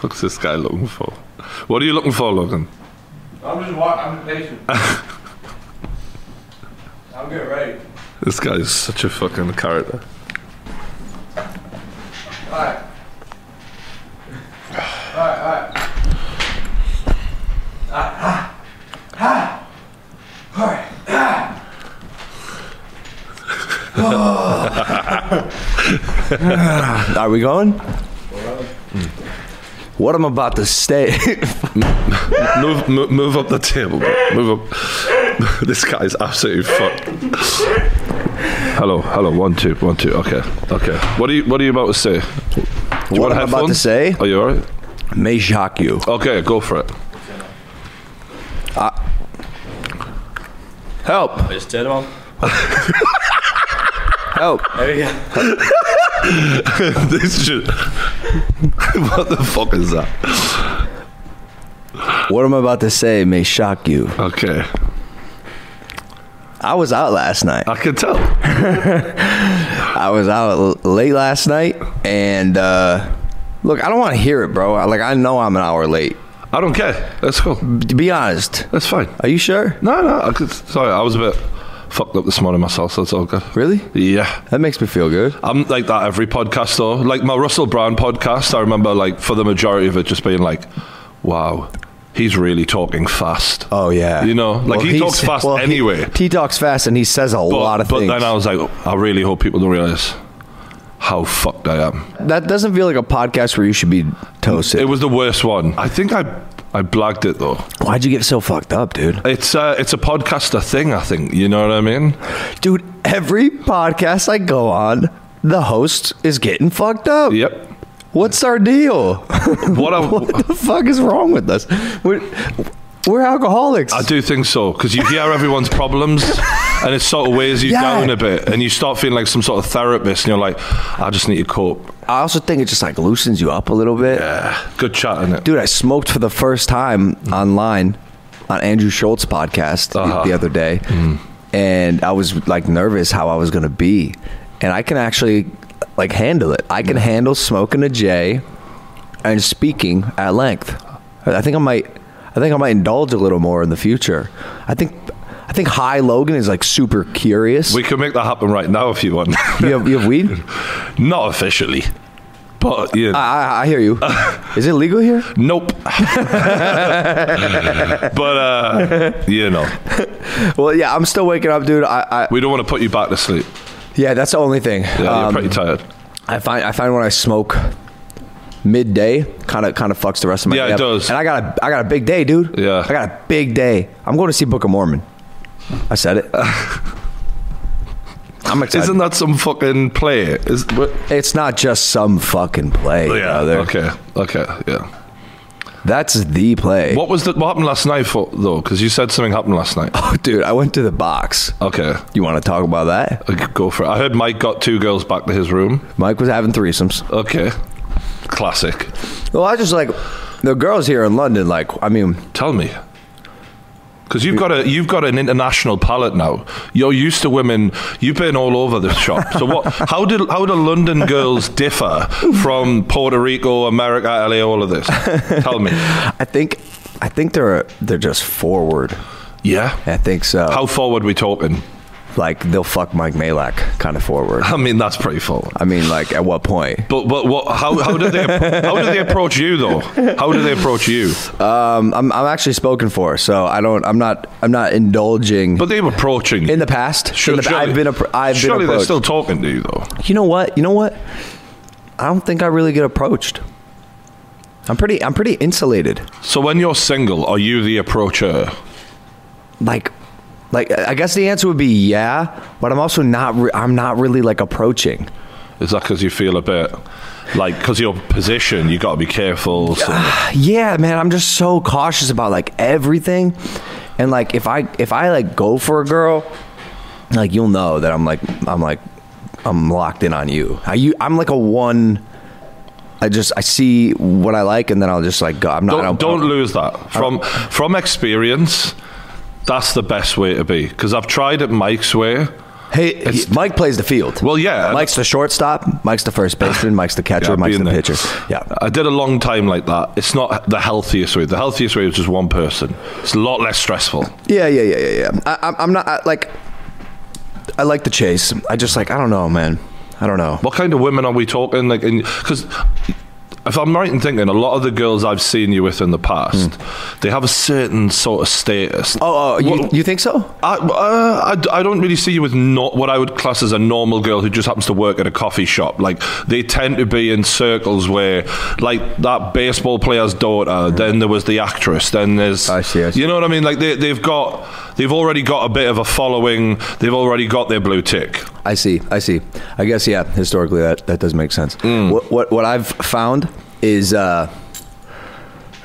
What's this guy looking for? What are you looking for, Logan? I'm just walking. I'm impatient. I'm getting ready. This guy is such a fucking character. Alright. Alright, alright. Ah, ah, ah. Alright. Are we going? Hmm. What I'm about to say. Move, move, move up the table. bro. Move up. this guy is absolutely fucked. hello, hello. One, two, one, two. Okay, okay. What are you What are you about to say? Do you What want I'm about to headphones? say? Are you alright? may shock you. Okay, go for it. Help! Just turn them on. Help! There we go. this shit. what the fuck is that? What I'm about to say may shock you. Okay, I was out last night. I can tell. I was out l- late last night, and uh, look, I don't want to hear it, bro. I- Like I know I'm an hour late. I don't care. That's cool. To be honest, That's fine. are you sure? No, no. I could, sorry, I was a bit fucked up this morning myself. So it's all good. Really? Yeah. That makes me feel good. I'm like that every podcast though. Like my Russell Brand podcast, I remember like for the majority of it just being like, wow, he's really talking fast. Oh yeah. You know, like, he he's- talks fast he- anyway. He, talks fast, and he says a but, lot of but things. then I was like, I really hope people don't realize how fucked I am. that doesn't feel like a podcast where you should be toasted. It was the worst one. I think I I blagged it though. Why'd you get so fucked up, dude? It's uh, it's a podcaster thing. I think you know what I mean. Dude, every podcast I go on, the host is getting fucked up. Yep. What's our deal? What I what the fuck is wrong with us? We're, we're alcoholics. I do think so because you hear everyone's problems, and it sort of weighs you Yeah. down a bit, and you start feeling like some sort of therapist, and you're like, I just need to cope. Eh, I also think it just like loosens you up a little bit. Good chat, innit? Dude, I smoked for the first time online on Andrew Schultz podcast the, the other day. And I was like nervous how I was going to be. And I can actually like handle it. I can handle smoking a J and speaking at length. I think I might I think I might indulge a little more in the future. I think I think High Logan is like super curious. We can make that happen right now if you want. you, have, you have weed? Not officially, but yeah. I, I, I hear you. Is it legal here? nope. but uh, you know, Well, yeah, I'm still waking up, dude. I, I we don't want to put you back to sleep. yeah, that's the only thing. Yeah, you're Um, pretty tired. I find I find when I smoke midday, kind of kind of fucks the rest of my Yeah, day it up. does. And I got a I got a big day, dude. Yeah. I got a big day. I'm going to see Book of Mormon. I said it. I'm excited. Isn't that some fucking play? Is what? it's not just some fucking play. Yeah. brother. Okay. Okay. Yeah. That's the play. What was the, what happened last night for, though? Because you said something happened last night. Oh, dude, I went to the box. Okay. You want to talk about that? I could Go for it. I heard Mike got two girls back to his room. Mike was having threesomes. Okay. Classic. Well, I was just like the girls here in London. Like, I mean, Tell me. Because you've got a you've got an international palate now. You're used to women. You've been all over the shop. So what? How did how do London girls differ from Puerto Rico, America, LA, all of this? Tell me. I think I think they're they're just forward. Yeah. I think so. How forward we talking? like they'll fuck Mike Malak kind of forward. I mean, that's pretty forward. I mean, like at what point? But but what? How how do they how do they approach you though? How do they approach you? Um, I'm I'm actually spoken for, so I don't. I'm not. I'm not indulging. But they're approaching you. in the past, Sure- in the, surely- I've been. appro- I've been surely they're approached. still talking to you though. you know what? You know what? I don't think I really get approached. I'm pretty. I'm pretty insulated. So when you're single, are you the approacher? Like, like I guess the answer would be yeah, but I'm also not. Re- I'm not really like approaching. Is that because you feel a bit like because your position, you got to be careful? So. yeah man i'm just so cautious about like everything and like if i if i like go for a girl like you'll know that i'm like i'm like i'm locked in on you i you i'm like a one i just i see what i like and then i'll just like go i'm not I don't don't lose that from from experience. That's the best way to be because I've tried it Mike's way. Hey, he- Mike plays the field. Well, yeah. uh, Mike's the shortstop. Mike's the first baseman. Mike's the catcher. Yeah, Mike's being uh, the there. pitcher. Yeah. I did a long time like that. It's not the healthiest way. The healthiest way is just one person. It's a lot less stressful. Yeah, yeah, yeah, yeah, yeah. I, I'm- I'm not I, like. I like the chase. I just like. I don't know, man. I don't know. What kind of women are we talking? Like, because if I'm right in thinking, a lot of the girls I've seen you with in the past, they have a certain sort of status. Oh, oh you, What- you think so? I, uh, I, I don't really see you with not what I would class as a normal girl who just happens to work at a coffee shop. Like they tend to be in circles where, like that baseball player's daughter, then there was the actress, then there's Mm. I see, I see. you know what I mean? Like they, they've got they've already got a bit of a following. They've already got their blue tick. I see. I see. I guess yeah. Historically, that that does make sense. What, what what I've found is uh,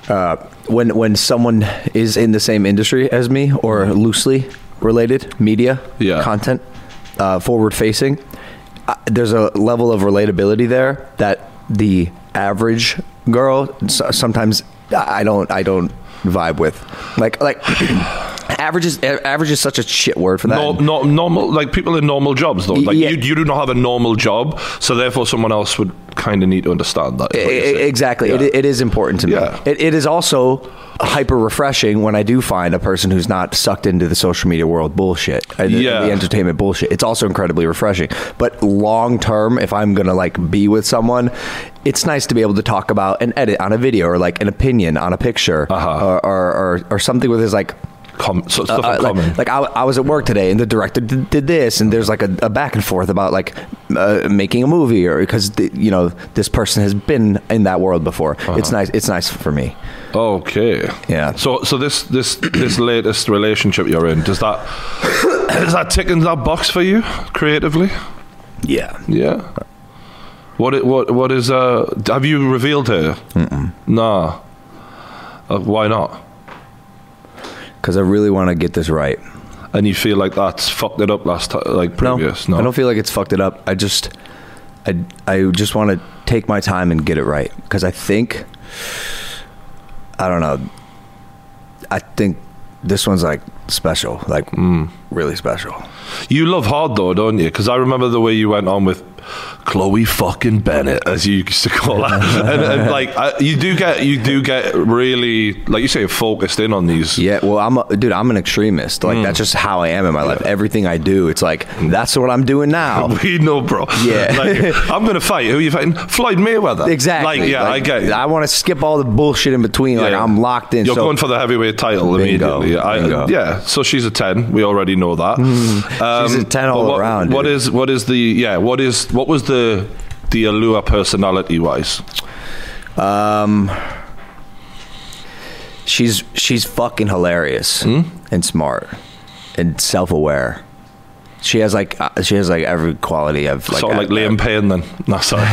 uh, when when someone is in the same industry as me or loosely related media Yeah. content, uh, forward facing, uh, there's a level of relatability there that the average girl so, sometimes I don't I don't vibe with like like. Average is average is such a shit word for that. Nor, nor, normal, like people in normal jobs, though. Like Yeah. you, you do not have a normal job, so therefore someone else would kind of need to understand that. is what I- you're I- saying. E-, exactly. It, Yeah. it is important to me. Yeah. It, it is also hyper refreshing when I do find a person who's not sucked into the social media world bullshit and the- and Yeah. the entertainment bullshit. It's also incredibly refreshing. But long term, if I'm gonna like be with someone, it's nice to be able to talk about an edit on a video or like an opinion on a picture Uh-huh. or, or, or or something with his like Com- so stuff uh, in like, common. like I, I was at work today, and the director did, did this, and there's like a, a back and forth about like uh, making a movie, or because you know this person has been in that world before. Uh-huh. It's nice. It's nice for me. Okay. Yeah. So so this this this latest relationship you're in does that is that ticking that box for you creatively? Yeah. Yeah. What it, what what is uh have you revealed her? Nah. Uh, why not? Because I really want to get this right. And you feel like that's fucked it up last time, like No, previous? No. I don't feel like it's fucked it up. I just, I, I just want to take my time and get it right because I think, I don't know, I think this one's like special, like Mm. really special. You love hard though, don't you? Because I remember the way you went on with Chloe fucking Bennett, as you used to call her, and, and like I, you do get you do get really like you say focused in on these. Yeah, well, I'm a, dude. I'm an extremist. Like Hmm. that's just how I am in my life. Everything I do, it's like that's what I'm doing now. We know, bro. Yeah. Like, I'm going to fight. Who are you fighting? Floyd Mayweather. exactly. Like, yeah, Like, I get it. I want to skip all the bullshit in between. Like Yeah. I'm locked in. You're so going for the heavyweight title Bingo, immediately. I- bingo. Hmm. yeah, so she's a ten. We already know that. Um, She's a 10 but all what- around, What dude. is what is the yeah? What is what was the the allure personality wise? she's she's fucking hilarious Hmm? and smart and self aware. She has like uh, she has like every quality of like sort of uh, like Liam Payne. Then no, sorry.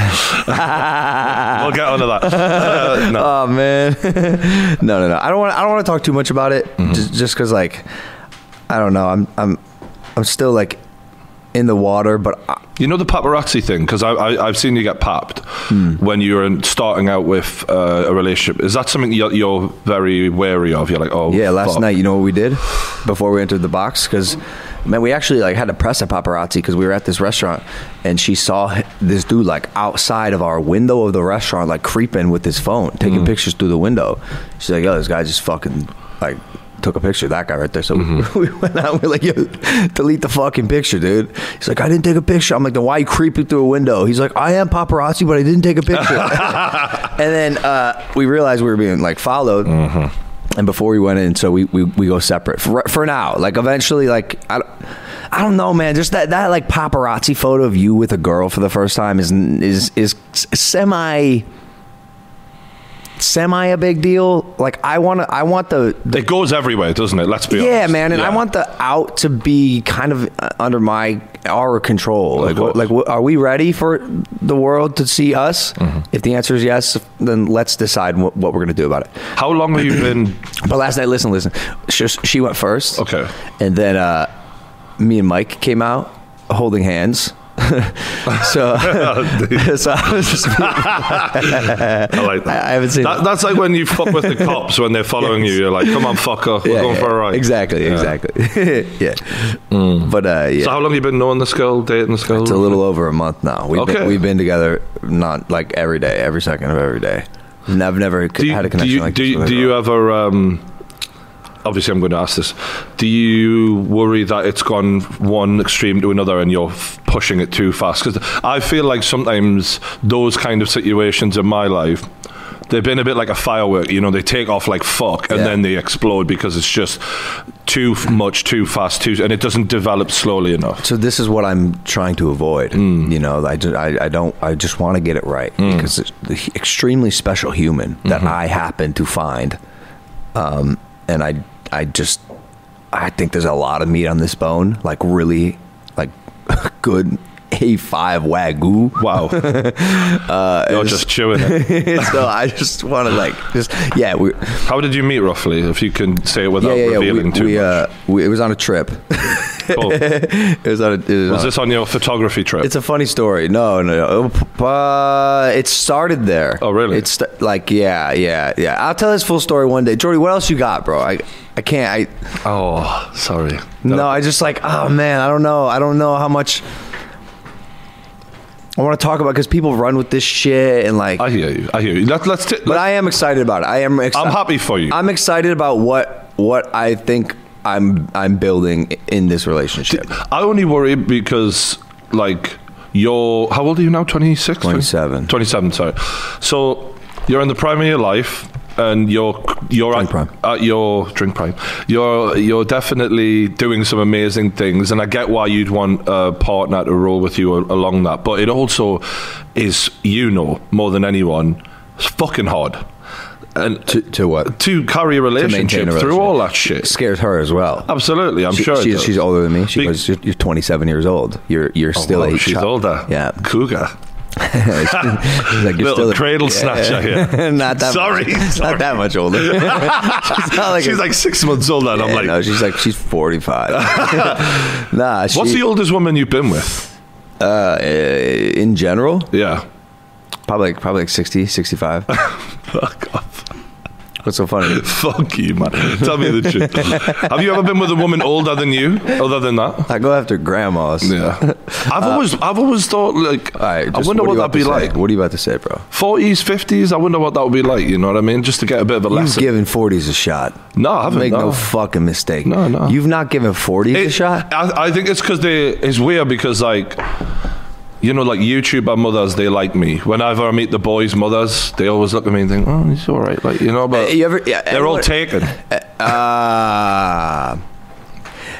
we'll get onto that. Uh, no. Oh man, no, no, no. I don't want. I don't want to talk too much about it. Mm-hmm. Just, just because, like, I don't know. I'm, I'm, I'm still like in the water, but I, You know the paparazzi thing because I, I I've seen you get papped Hmm. when you're in, starting out with uh, a relationship. Is that something you're, you're very wary of? You're like, oh Yeah, last fuck. night, you know what we did before we entered the box? Because, man, we actually like had to press a paparazzi because we were at this restaurant and she saw h- this dude like outside of our window of the restaurant, like creeping with his phone, Mm-hmm. taking pictures through the window. She's like, "Yo, this guy just fucking like." Took a picture of that guy right there. So we- Mm-hmm. we went out. And we're like, "Yo, delete the fucking picture, dude." He's like, "I didn't take a picture." I'm like, "Then why you creeping through a window?" He's like, "I am paparazzi, but I didn't take a picture." And then uh, we realized we were being like followed. And before we went in, so we, we, we go separate for, for now. Like eventually, like I, don't- I don't know, man. Just that, that like paparazzi photo of you with a girl for the first time is is is semi semi a big deal. Like I want to I want the It goes everywhere, doesn't it? Let's be honest. yeah, man, and I Yeah. want the out to be kind of uh, under my our control. Like, course. what, like, what, are we ready for the world to see us? Mm-hmm. If the answer is yes, then let's decide what, what we're going to do about it. How long have you been? But last night, listen, listen. She, she went first. Okay. And then uh, me and Mike came out holding hands. so, so I was just I like that. I- I haven't seen that, it. That's like when you fuck with the cops when they're following you. You're like, come on, fucker, we're yeah, going yeah, for a ride. Exactly, Yeah. Mm. exactly. yeah. But uh, yeah, So how long you been knowing this girl, dating this girl? it's a little over a month now. We've, Okay. been, we've been together not like every day, every second of every day. And I've never Do you, had a do connection you, like do, this. you- with a do you girl. ever? Um, obviously, I'm going to ask this. Do you worry that it's gone one extreme to another and you're f- pushing it too fast? Because I feel like sometimes those kind of situations in my life. They've been a bit like a firework, you know. They take off like fuck, and Yeah. then they explode because it's just too f- much, too fast, too, and it doesn't develop slowly enough. so this is what I'm trying to avoid. Hmm. You know, I, ju- I, I don't. I just want to get it right because it's the extremely special human that Mm-hmm. I happen to find, um, and I I just I think there's a lot of meat on this bone. Like really, like good A five wagyu. Wow, Uh, you're just chewing. It. so I just want to like just yeah we How did you meet roughly? If you can say it without yeah yeah yeah we, revealing too we, much. uh, we it was on a trip. Cool. it was on a, it was on Was this on your photography trip? It's a funny story. No, no, no. Uh, it started there. Oh, really? It's st- like, yeah, yeah, yeah. I'll tell this full story one day. Jordy, what else you got, bro? I, I can't. I oh, sorry. no, I just like, oh man, I don't know. I don't know how much. I want to talk about because people run with this shit and like. I hear you. I hear you. Let, let's. T- but let, I am excited about it. I am. Exci- I'm happy for you. I'm excited about what what I think I'm I'm building in this relationship. I only worry because, like, you're. How old are you now? 26? 27. 27, sorry. So, you're in the prime of your life. And you're you're at, Drink prime. at your drink prime. You're you're definitely doing some amazing things, and I get why you'd want a partner to roll with you a- along that. But it also is, you know, more than anyone, it's fucking hard. And To, to what? to carry a relationship, maintain a through relationship. all that shit. Scares her as well. Absolutely, I'm She- sure. it she's, does. she's older than me. She Be- goes, "You're, you're 27 years old. You're you're Oh, still wow, a she's chi- older. Yeah, cougar, She's like, "You're little still a- cradle snatcher. Here. not that Sorry, much, sorry. not that much older. she's not like she's a- like six months old, and I'm yeah, like, no, she's like she's 45. nah, she, what's the oldest woman you've been with? uh, in general Yeah, probably like, probably like 60, 65. fuck off, What's so funny? fuck you, man. Tell me the truth. Have you ever been with a woman older than you? Other than that, I go after grandmas. yeah. I've always, I've always thought like, All right, I Uh, just wonder are what, that'd you about be to say? like. What are you about to say, bro? 40s, 50s. I wonder what that would be like. You know what I mean? Just to get a bit of a You've lesson. given 40s a shot. no, I haven't. Make no no. fucking mistake. No, no. You've not given 40s a It- shot. I, I think it's because they. It's weird because like, you know, like YouTuber mothers, they like me. Whenever I meet the boys' mothers, they always look at me and think, "Oh, he's all right," like you know. But Uh, you ever- yeah, they're all everyone- taken. uh,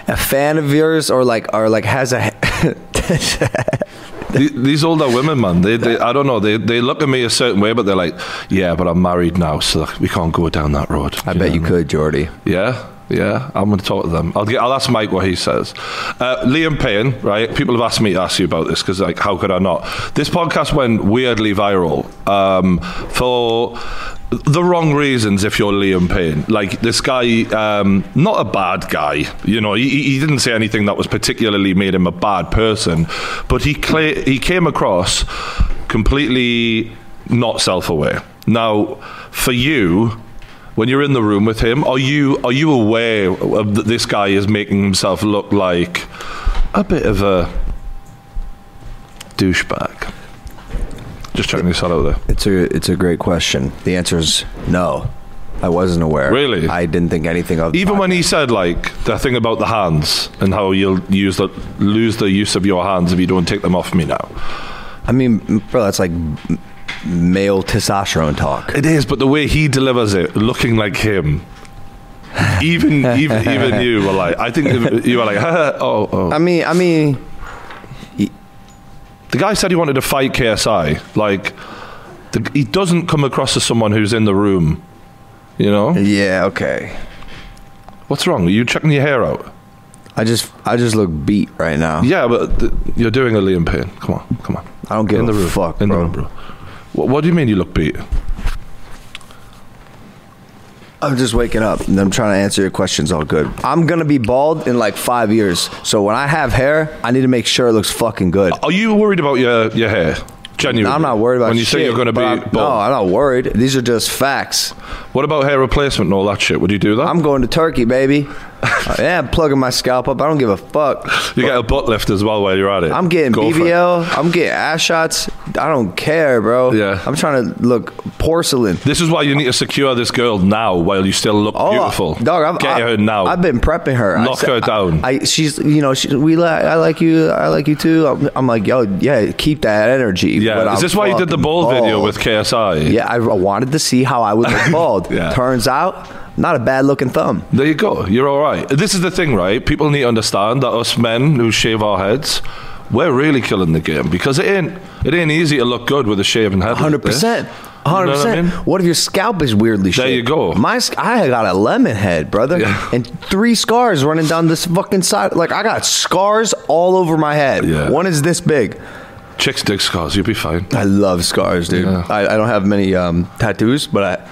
a fan of yours or like or like has a The- These older women, man, they, they I don't know. They they look at me a certain way, but they're like, "Yeah, but I'm married now, so we can't go down that road." I Do bet you know could, Jordy. Yeah, yeah. I'm going to talk to them. I'll get. I'll ask Mike what he says. Uh, Liam Payne, right? People have asked me to ask you about this because, like, how could I not? This podcast went weirdly viral um, for the wrong reasons. If you're Liam Payne, like this guy, um, not a bad guy. You know, he, he didn't say anything that was particularly made him a bad person, but he cla he came across completely not self-aware. Now, for you when you're in the room with him, are you are you aware of that this guy is making himself look like a bit of a douchebag? Just checking this out out there. It's a it's a great question. The answer is no. I wasn't aware. Really? I didn't think anything of. the Even pod- when he said like the thing about the hands and how you'll use the lose the use of your hands if you don't take them off me now. I mean, bro, that's like m- male testosterone talk. It is, but the way he delivers it, looking like him. Even even even you were like, I think you were like, oh, oh. I mean, I mean, The guy said he wanted to fight KSI. Like, the, he doesn't come across as someone who's in the room. You know? yeah, okay. What's wrong? Are you checking your hair out? I just I just look beat right now. Yeah, but th- you're doing a Liam Payne. Come on, come on. I don't give In a the room. fuck, in bro. the room, bro. What, what do you mean you look beat? I'm just waking up and I'm trying to answer your questions all good. I'm gonna be bald in like five years, so when I have hair, I need to make sure it looks fucking good. Are you worried about your, your hair? Genuinely, I'm not worried about when you shit, say you're going to be but I'm- bald. No, I'm not worried. These are just facts. What about hair replacement and all that shit? Would you do that? I'm going to Turkey, baby. Uh, yeah, I'm plugging my scalp up. I don't give a fuck. you get a butt lift as well while you're at it. I'm getting Go for it. BBL. I'm getting ass shots. I don't care, bro. Yeah. I'm trying to look porcelain. This is why you need to secure this girl now while you still look Oh, beautiful. dog! I've, Get I- her now. I've been prepping her. I Knock said- her I- down. I, she's, you know, she, we like. I like you. I like you too. I'm, I'm like, yo, yeah, keep that energy. yeah. when is I'm this why you did the fucking bald, video bald. with KSI? Yeah, I, I wanted to see how I would look bald. Yeah. Turns out, not a bad looking thumb. There you go. You're all right. This is the thing, right? People need to understand that us men who shave our heads, we're really killing the game because it ain't it ain't easy to look good with a shaven head. like Hundred this. percent. You know Hundred what I percent. mean? What if your scalp is weirdly shaped? There you go. My sc- I got a lemon head, brother, Yeah. and three scars running down this fucking side. Like I got scars all over my head. Yeah. One is this big. Chicks dig scars. You'll be fine. I love scars, dude. Yeah. I, I don't have many um, tattoos, but I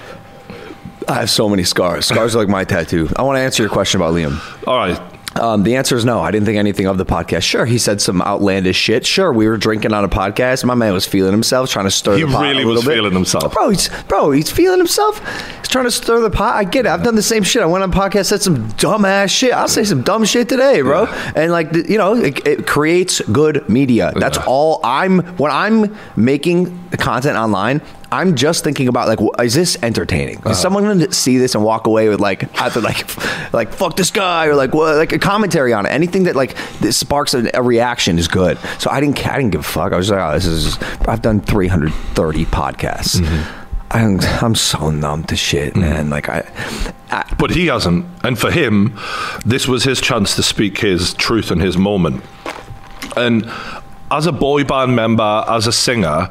I have so many scars. Scars are like my tattoo. I want to answer your question about Liam. All right. Um, the answer is no. I didn't think anything of the podcast. Sure, he said some outlandish shit. Sure, we were drinking on a podcast. My man was feeling himself, trying to stir He the pot a really little was bit. feeling himself. Bro, he's bro, he's feeling himself. He's trying to stir the pot. I get it. I've done the same shit. I went on podcast, said some dumb ass shit. I'll say some dumb shit today, bro. And like th- you know, it, it creates good media. That's Yeah. all I'm. When I'm making the content online. I'm just thinking about like, wh- is this entertaining? Is someone going to see this and walk away with like, either like, f- like fuck this guy or like, what, like a commentary on it? Anything that like that sparks a, a reaction is good. So I didn't, ca- I didn't give a fuck. I was just like, oh, this is. I've done 330 podcasts. I'm, I'm so numb to shit, man. Like I, I, But he hasn't. And for him, this was his chance to speak his truth in his moment. And as a boy band member, as a singer,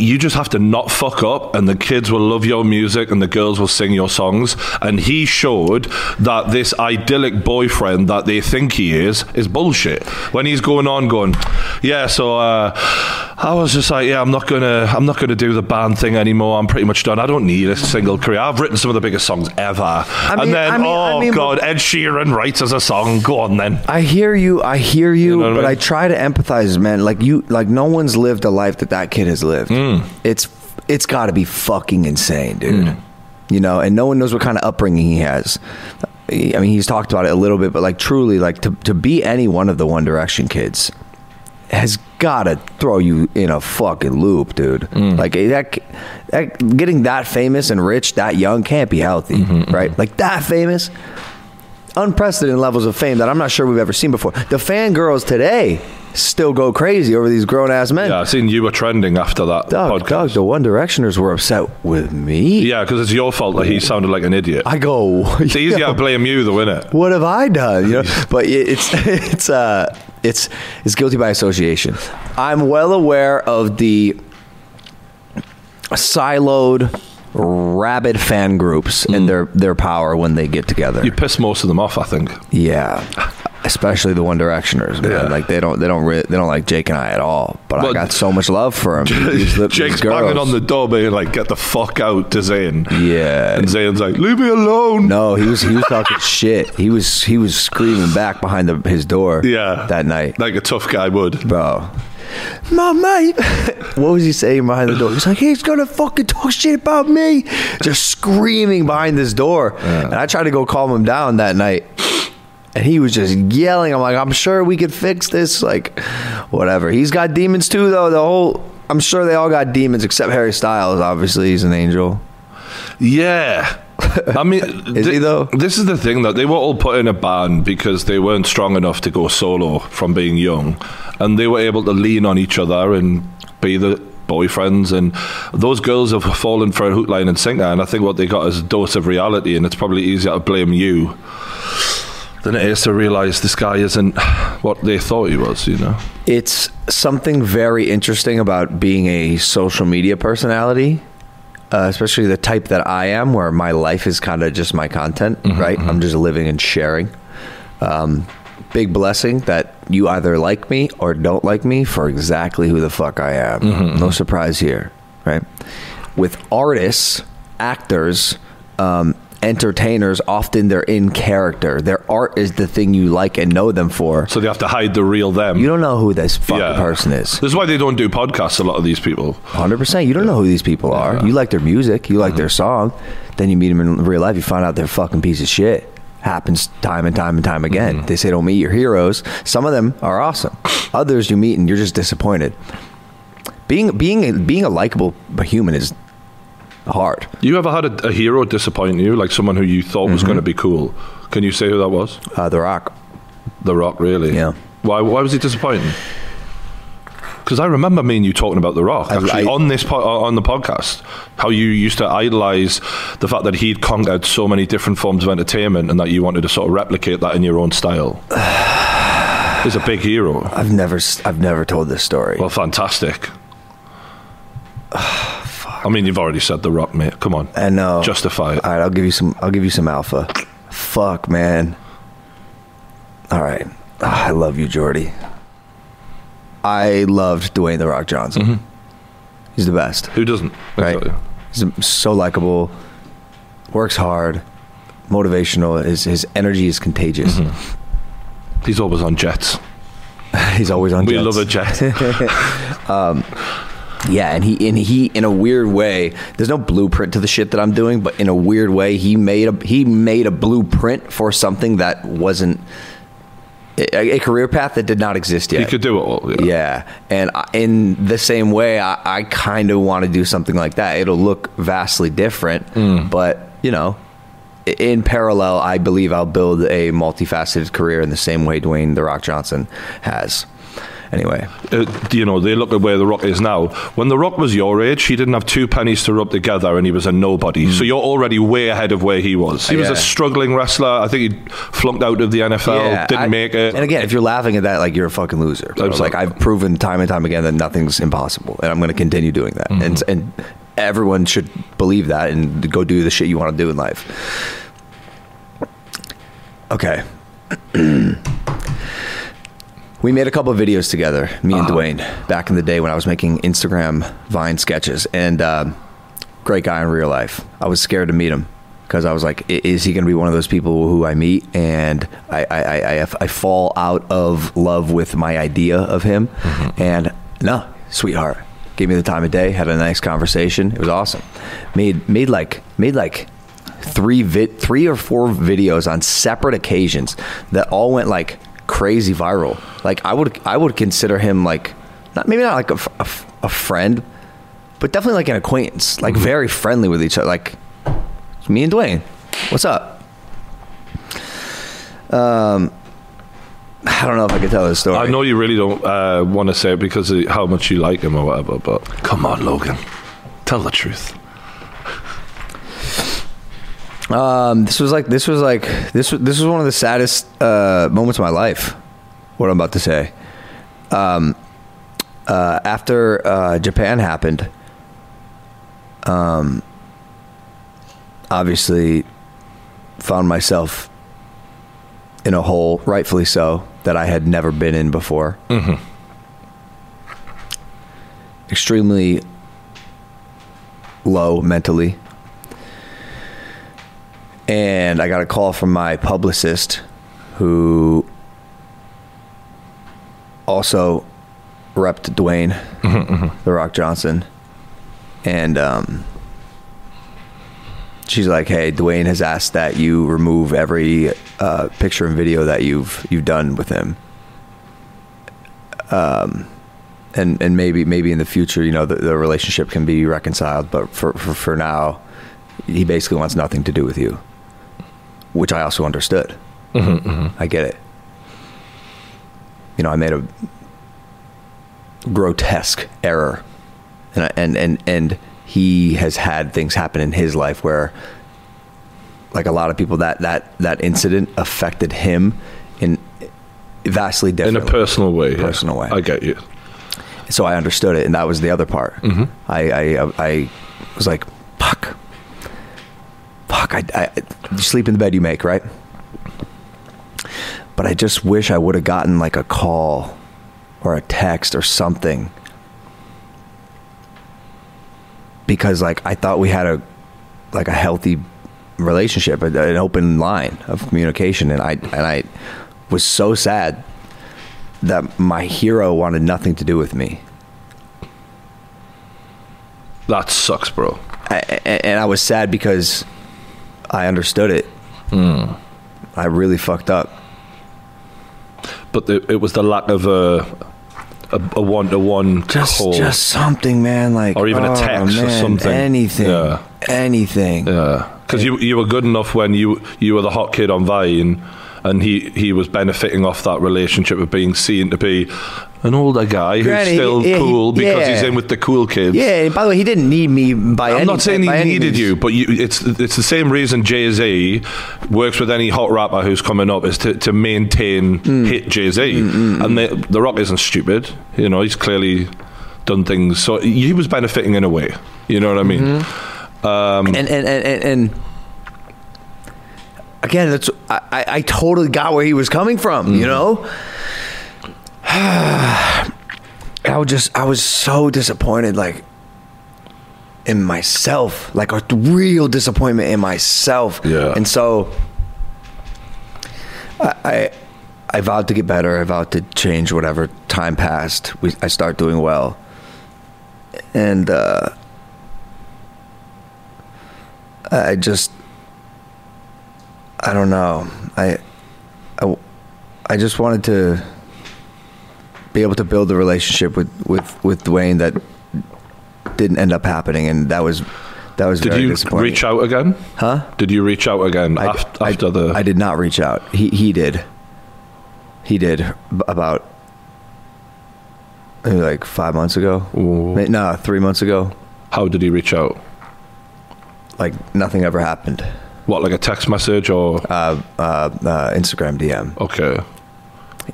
you just have to not fuck up, and the kids will love your music, and the girls will sing your songs. And he showed that this idyllic boyfriend that they think he is is bullshit. When he's going on, going, yeah. So uh, I was just like, yeah, I'm not gonna, I'm not gonna do the band thing anymore. I'm pretty much done. I don't need a single career. I've written some of the biggest songs ever. mean- and then, I mean- I oh mean, god, Ed Sheeran writes as a song. Go on then. I hear you. I hear know you. what I but I, mean? try to empathize, man. Like you, like no one's lived the life that that kid has lived. Hmm. It's it's got to be fucking insane, dude. You know, and no one knows what kind of upbringing he has. I mean, he's talked about it a little bit, but like truly, like to to be any one of the One Direction kids has got to throw you in a fucking loop, dude. Mm. Like eh, that, c- that, getting that famous and rich that young can't be healthy, Mm-hmm, right? Like that famous, unprecedented levels of fame that I'm not sure we've ever seen before. The fangirls today still go crazy over these grown ass men. Yeah, I seen you were trending after that Dog, podcast. dog, the One Directioners were upset with me. Yeah, because it's your fault that he sounded like an idiot. I go, It's easier to blame you, though, isn't it? what have I done? You know, but it- it's it's uh it's it's guilty by association. I'm well aware of the siloed rabid fan groups and their their power when they get together. Mm. You piss most of them off, I think. yeah. Especially the One Directioners, man. Yeah. Like they don't, they don't, re- they don't like Jake and I at all. But, I But- got so much love for him. Jake's banging on the door, being like, "Get the fuck out," to Zayn. yeah. and Zayn's like, "Leave me alone." No, he was he was talking shit. He was he was screaming back behind the, his door. Yeah, that night. like a tough guy would. bro. My mate, what was he saying behind the door? He's like, he's gonna fucking talk shit about me, just screaming behind this door. And I tried to go calm him down that night, and he was just yelling. I'm like, I'm sure we could fix this. Like, whatever. He's got demons too, though. The whole, I'm sure they all got demons except Harry Styles. Obviously, he's an angel. Yeah. I mean, Is thi- he, though? This is the thing that they were all put in a band because they weren't strong enough to go solo from being young, and they were able to lean on each other and be the boyfriends. And those girls have fallen for a hook, line, and sinker. And I think what they got is a dose of reality, and it's probably easier to blame you than it is to realise this guy isn't what they thought he was. You know? It's something very interesting about being a social media personality, uh, especially the type that I am, where my life is kind of just my content, right? I'm just living and sharing. Um, big blessing that you either like me or don't like me for exactly who the fuck I am. No surprise here, right? With artists, actors, um, entertainers often they're in character. Their art is the thing you like and know them for. So they have to hide the real them. You don't know who this fucking Yeah. person is. This is why they don't do podcasts. A lot of these people. Hundred percent. You don't know who these people are. You like their music. You like Mm-hmm. their song. Then you meet them in real life. You find out they're a fucking piece of shit. Happens time and time and time again. Mm-hmm. They say don't meet your heroes. Some of them are awesome. Others you meet and you're just disappointed. Being being a, being a likable human is hard. You ever had a, a hero disappoint you, like someone who you thought was Mm-hmm. going to be cool? Can you say who that was? Uh, the Rock. The Rock, really? Yeah. Why? Why was he disappointing? Because I remember me and you talking about The Rock I- actually I- on this po- uh, on the podcast, how you used to idolize the fact that he'd conquered so many different forms of entertainment, and that you wanted to sort of replicate that in your own style. He's a big hero. I've never s- I've never told this story. Well, fantastic. I mean, you've already said The Rock, mate. Come on, I know. justify it. All right, I'll give you some. I'll give you some alpha. Fuck, man. All right, Ah, I love you, Jordy. I loved Dwayne the Rock Johnson. He's the best, Who doesn't? right? Exactly. He's so likable. Works hard. Motivational. His his energy is contagious. He's always on jets. He's always on. We jets. Um, love a jet. Yeah, and he and he in a weird way, there's no blueprint to the shit that I'm doing, but in a weird way, he made a he made a blueprint for something that wasn't a, a career path that did not exist yet. he could do it all. Yeah. yeah, and I, in the same way, I, I kind of want to do something like that. It'll look vastly different, Hmm. but you know, i- in parallel, I believe I'll build a multifaceted career in the same way Dwayne the Rock Johnson has. Anyway, uh, you know, they look at where The Rock is now. When The Rock was your age, he didn't have two pennies to rub together and he was a nobody. So you're already way ahead of where he was. He was Yeah. a struggling wrestler. I think he flunked out of the NFL, Yeah, didn't I- Oh, make it. And again, if you're laughing at that, like you're a fucking loser. I was like, Absolutely. I've proven time and time again that nothing's impossible, and I'm going to continue doing that. And Mm-hmm. and everyone should believe that and go do the shit you want to do in life. Okay. We made a couple of videos together, me and Dwayne, back in the day when I was making Instagram Vine sketches. And um, great guy in real life. I was scared to meet him because I was like, "I- is he going to be one of those people who I meet and I, I, I, I, I fall out of love with my idea of him? And no, sweetheart, gave me the time of day, had a nice conversation. It was awesome. Made made like made like three vid, three or four videos on separate occasions that all went like crazy viral. Like I would I would consider him like not maybe not like a, f- a f- a friend, but definitely like an acquaintance, like very friendly with each other. Like it's me and Dwayne, what's up? Um, I don't know if I could tell this story. I know you really don't uh, want to say it because of how much you like him or whatever, but come on, Logan. Tell the truth. Um, this was like this was like this was- this was one of the saddest uh, moments of my life. What I'm about to say. Um, uh, after uh, Japan happened, um, obviously found myself in a hole, rightfully so, that I had never been in before. Extremely low mentally and I got a call from my publicist who also repped Dwayne, The Rock Johnson. And um, she's like, hey, Dwayne has asked that you remove every uh, picture and video that you've you've done with him. Um, and, and maybe maybe in the future, you know, the, the relationship can be reconciled. But for, for, for now, he basically wants nothing to do with you which I also understood. Mm-hmm, I get it. You know, I made a grotesque error, and I, and and and he has had things happen in his life where, like a lot of people, that that that incident affected him in vastly In different a personal way. yeah. Personal way. I get you. so I understood it, and that was the other part. Mm-hmm. I, I I was like, fuck, fuck. I, I you sleep in the bed you make, right? But I just wish I would have gotten like a call or a text or something because like I thought we had a like a healthy relationship, an an open line of communication, and I and I was so sad that my hero wanted nothing to do with me, That sucks, bro. I, a- and I was sad because I understood it. Hmm. I really fucked up. But the, it was the lack of a a one to one Just, call. just something, man. Like, Or even a oh, text or man, something. Anything, Yeah. anything. yeah, because you you were good enough when you you were the hot kid on Vine, and he he was benefiting off that relationship of being seen to be an older guy Granted, who's still yeah, he- cool because yeah. he's in with the cool kids. Yeah, and by the way, he didn't need me by any I'm not saying he by any needed means. you, but you, it's it's the same reason Jay Z works with any hot rapper who's coming up is to, to maintain Hmm. hit Jay Z, and the, the Rock isn't stupid. You know, he's clearly done things, so he was benefiting in a way. You know what I mean? Mm-hmm. Um, And and and and, and again, that's I, I I totally got where he was coming from. You know, I was just I was so disappointed, like in myself, like a real disappointment in myself. Yeah. and so I. I I vowed to get better. I vowed to change. Whatever time passed, we, I start doing well, and uh, I just I don't know. I, I I just wanted to be able to build a relationship with with with Dwayne that didn't end up happening, and that was that was did very you disappointing. reach out again? Huh? Did you reach out again I- after, I- after the? I did not reach out. He he did. He did b- about maybe like five months ago. Ooh. Ma- No, three months ago. how did he reach out? Like nothing ever happened. What, like a text message or? Uh, uh, uh, Instagram DM. okay.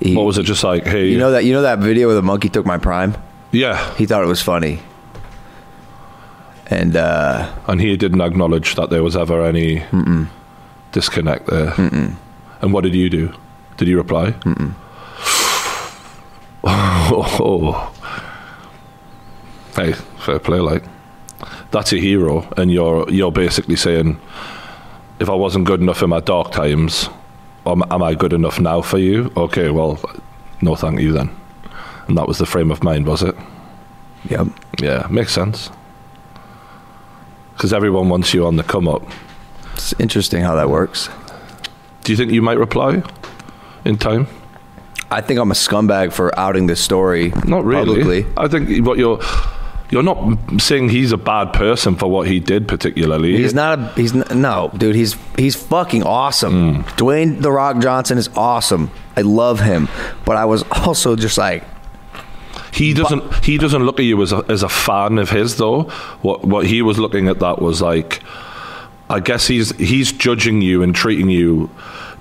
He- What was it? Just like, hey, You know that you know that video where the monkey took my prime? yeah, He thought it was funny. And uh and he didn't acknowledge that there was ever any disconnect there. And what did you do? Did you reply? Mm-mm. Hey, fair play. Like that's a hero, and you're you're basically saying, if I wasn't good enough in my dark times, am, am I good enough now for you? Okay, well, no, thank you then. And that was the frame of mind, was it? yep. Yeah, makes sense. Because everyone wants you on the come up. It's interesting how that works. Do you think you might reply in time? I think I'm a scumbag for outing this story. Not really. Publicly. I think what you're you're not saying he's a bad person for what he did particularly. He's not a he's n- no, dude, he's he's fucking awesome. Mm. Dwayne The Rock Johnson is awesome. I love him. But I was also just like He doesn't. He doesn't look at you as a, as a fan of his, though. What what he was looking at that was like, I guess he's he's judging you and treating you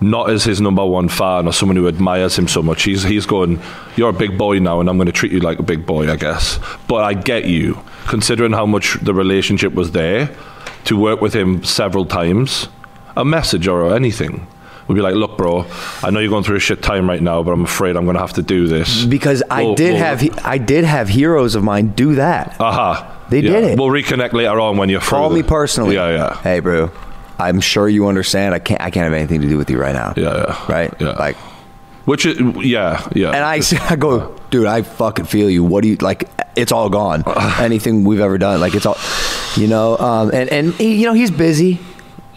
not as his number one fan or someone who admires him so much. He's he's going, you're a big boy now, and I'm going to treat you like a big boy, I guess. But I get you, considering how much the relationship was there, to work with him several times, a message or anything. Would be like, look, bro. I know you're going through a shit time right now, but I'm afraid I'm going to have to do this because I Well, did well- have he- I did have heroes of mine do that. Oh, Aha. They Yeah. did it. We'll reconnect later on when you're free. Call me personally. Yeah, yeah. Hey, bro. I'm sure you understand. I can't. I can't have anything to do with you right now. Yeah, yeah. Right. Yeah. Like, Which is, yeah, yeah. and I, I go, dude. I fucking feel you. What do you like? It's all gone. anything we've ever done, like it's all, you know. Um, and and he, you know he's busy.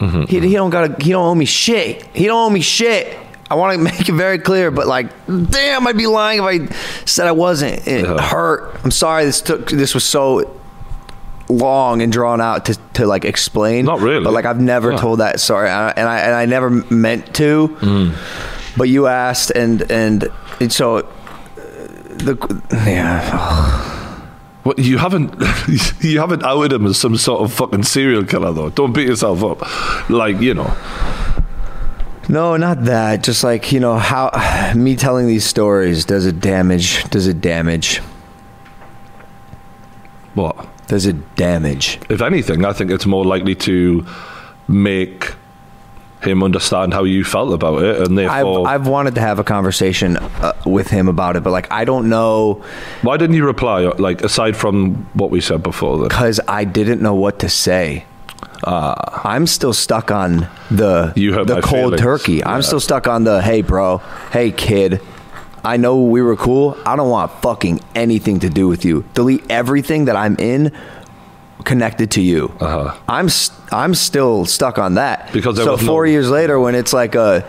Mm-hmm, he, he don't got. to He don't owe me shit. He don't owe me shit. I want to make it very clear, but like, damn, I'd be lying if I said I wasn't. It Yeah. hurt. I'm sorry. This took. This was so long and drawn out to, to like explain. Not really. But like I've never Yeah. told that sorry, and I, and I and I never meant to. Mm. But you asked, and and, and so uh, the yeah. What, you haven't you haven't outed him as some sort of fucking serial killer though. Don't beat yourself up. Like you know, No, not that. Just like you know how me telling these stories does it damage? Does it damage? what Does it damage? if anything? I think it's more likely to make him understand how you felt about it, and I've, therefore, I've wanted to have a conversation uh, with him about it, but like I don't know why didn't you reply? Like aside from what we said before, then because I didn't know what to say. Uh, I'm still stuck on the You hurt the my cold feelings. turkey. I'm still stuck on the hey bro, hey kid. I know we were cool. I don't want fucking anything to do with you. Delete everything that I'm in connected to you. Uh-huh. I'm s I'm still stuck on that Because there so was no- four years later when it's like a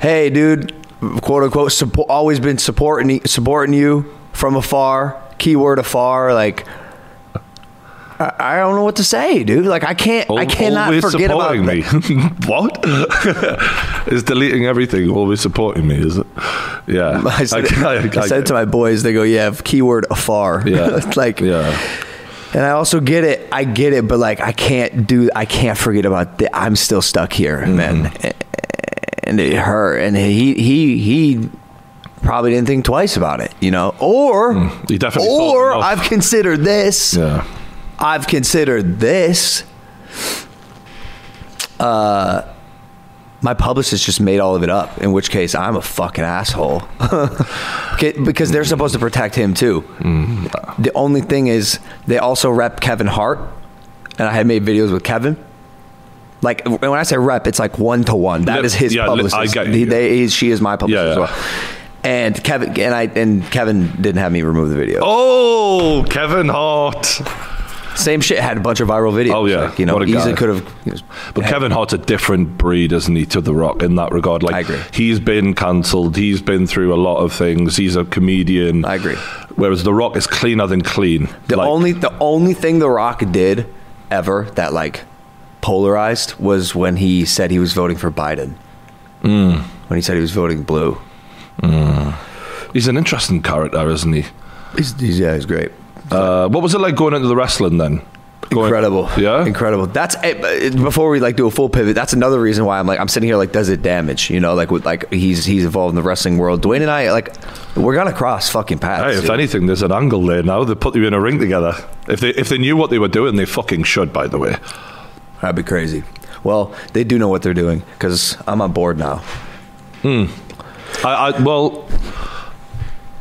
hey dude quote unquote support, always been supporting supporting you from afar keyword afar like I, I don't know what to say dude like I can't I Al- cannot always forget about supporting that. me. what? is deleting everything always supporting me? Is it? Yeah. I said, I- I- I said to my boys they go yeah keyword afar Yeah. It's like Yeah. and I also get it I get it but like I can't do I can't forget about that I'm still stuck here Mm-hmm. man and it hurt and he he he probably didn't think twice about it you know or Mm, he definitely thought or enough. i've considered this Yeah. i've considered this uh my publicist just made all of it up in which case i'm a fucking asshole Okay, because they're supposed to protect him too Mm-hmm. the only thing is they also rep kevin hart and i had made videos with kevin like when I say rep, it's like one to one. That Lip- is his yeah, li- publicist. I get you, He- yeah. they- he- she is my publicist Yeah, as yeah. well. And Kevin and I and Kevin didn't have me remove the video. Oh, Kevin Hart. Same shit had a bunch of viral videos. Oh, yeah. Like, you know, What a guy. easily could have. But Kevin Hart's a different breed, isn't he, to The Rock in that regard? Like, I agree. He's been cancelled. He's been through a lot of things. He's a comedian. I agree. Whereas The Rock is cleaner than clean. The Like, only the only thing The Rock did ever that like polarized was when he said he was voting for Biden. Hmm. When he said he was voting blue. he's an interesting character, isn't he? He's, he's yeah, he's great. Uh, what was it like going into the wrestling then? Going- Incredible. yeah. Incredible. That's eh, before we like do a full pivot. That's another reason why I'm like I'm sitting here like does it damage? You know, like with like he's he's involved in the wrestling world. Dwayne and I like we're gonna cross fucking paths. Hey, if dude. anything, there's an angle there now. They put you in a ring together. If they if they knew what they were doing, they fucking should. By the way, That'd be crazy. Well, they do know what they're doing because I'm on board now. I, I well,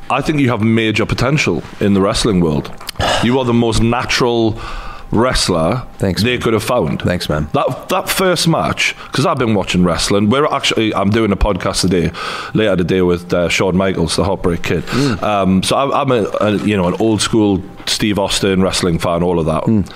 I think you have major potential in the wrestling world. You are the most natural wrestler Thanks, they man. could have found. Thanks, man. That that first match, because I've been watching wrestling. We're actually I'm doing a podcast today, later today with uh, Shawn Michaels, the Heartbreak Kid. Mm. Um, so I, I'm a, a you know an old school Steve Austin wrestling fan, all of that.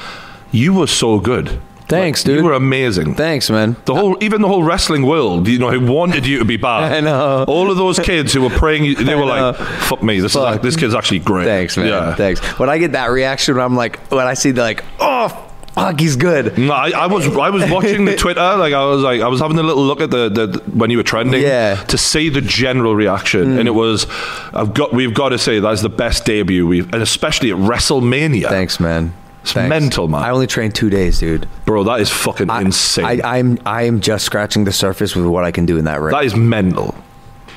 You were so good. Mm. Thanks, You dude. were amazing. Thanks, man. The whole, even the whole wrestling world, you know, who wanted you to be bad. I know. All of those kids who were praying, you- they were like, know. "Fuck me, this is Fuck. act- this kid's actually great." Thanks, man. Yeah. Thanks. When I get that reaction, when I'm like, when I see the like, oh fuck, he's good. No, I, I was I was watching the Twitter, like I was like I was having a little look at the, the when you were trending, Yeah. Mm. to see the general reaction, and it was, I've got we've got to say that's the best debut we've, and especially at WrestleMania, Thanks, man. It's Thanks. mental, man. I only trained two days, dude. bro, that is fucking I- insane. I, I'm I am just scratching the surface with what I can do in that ring. that is mental.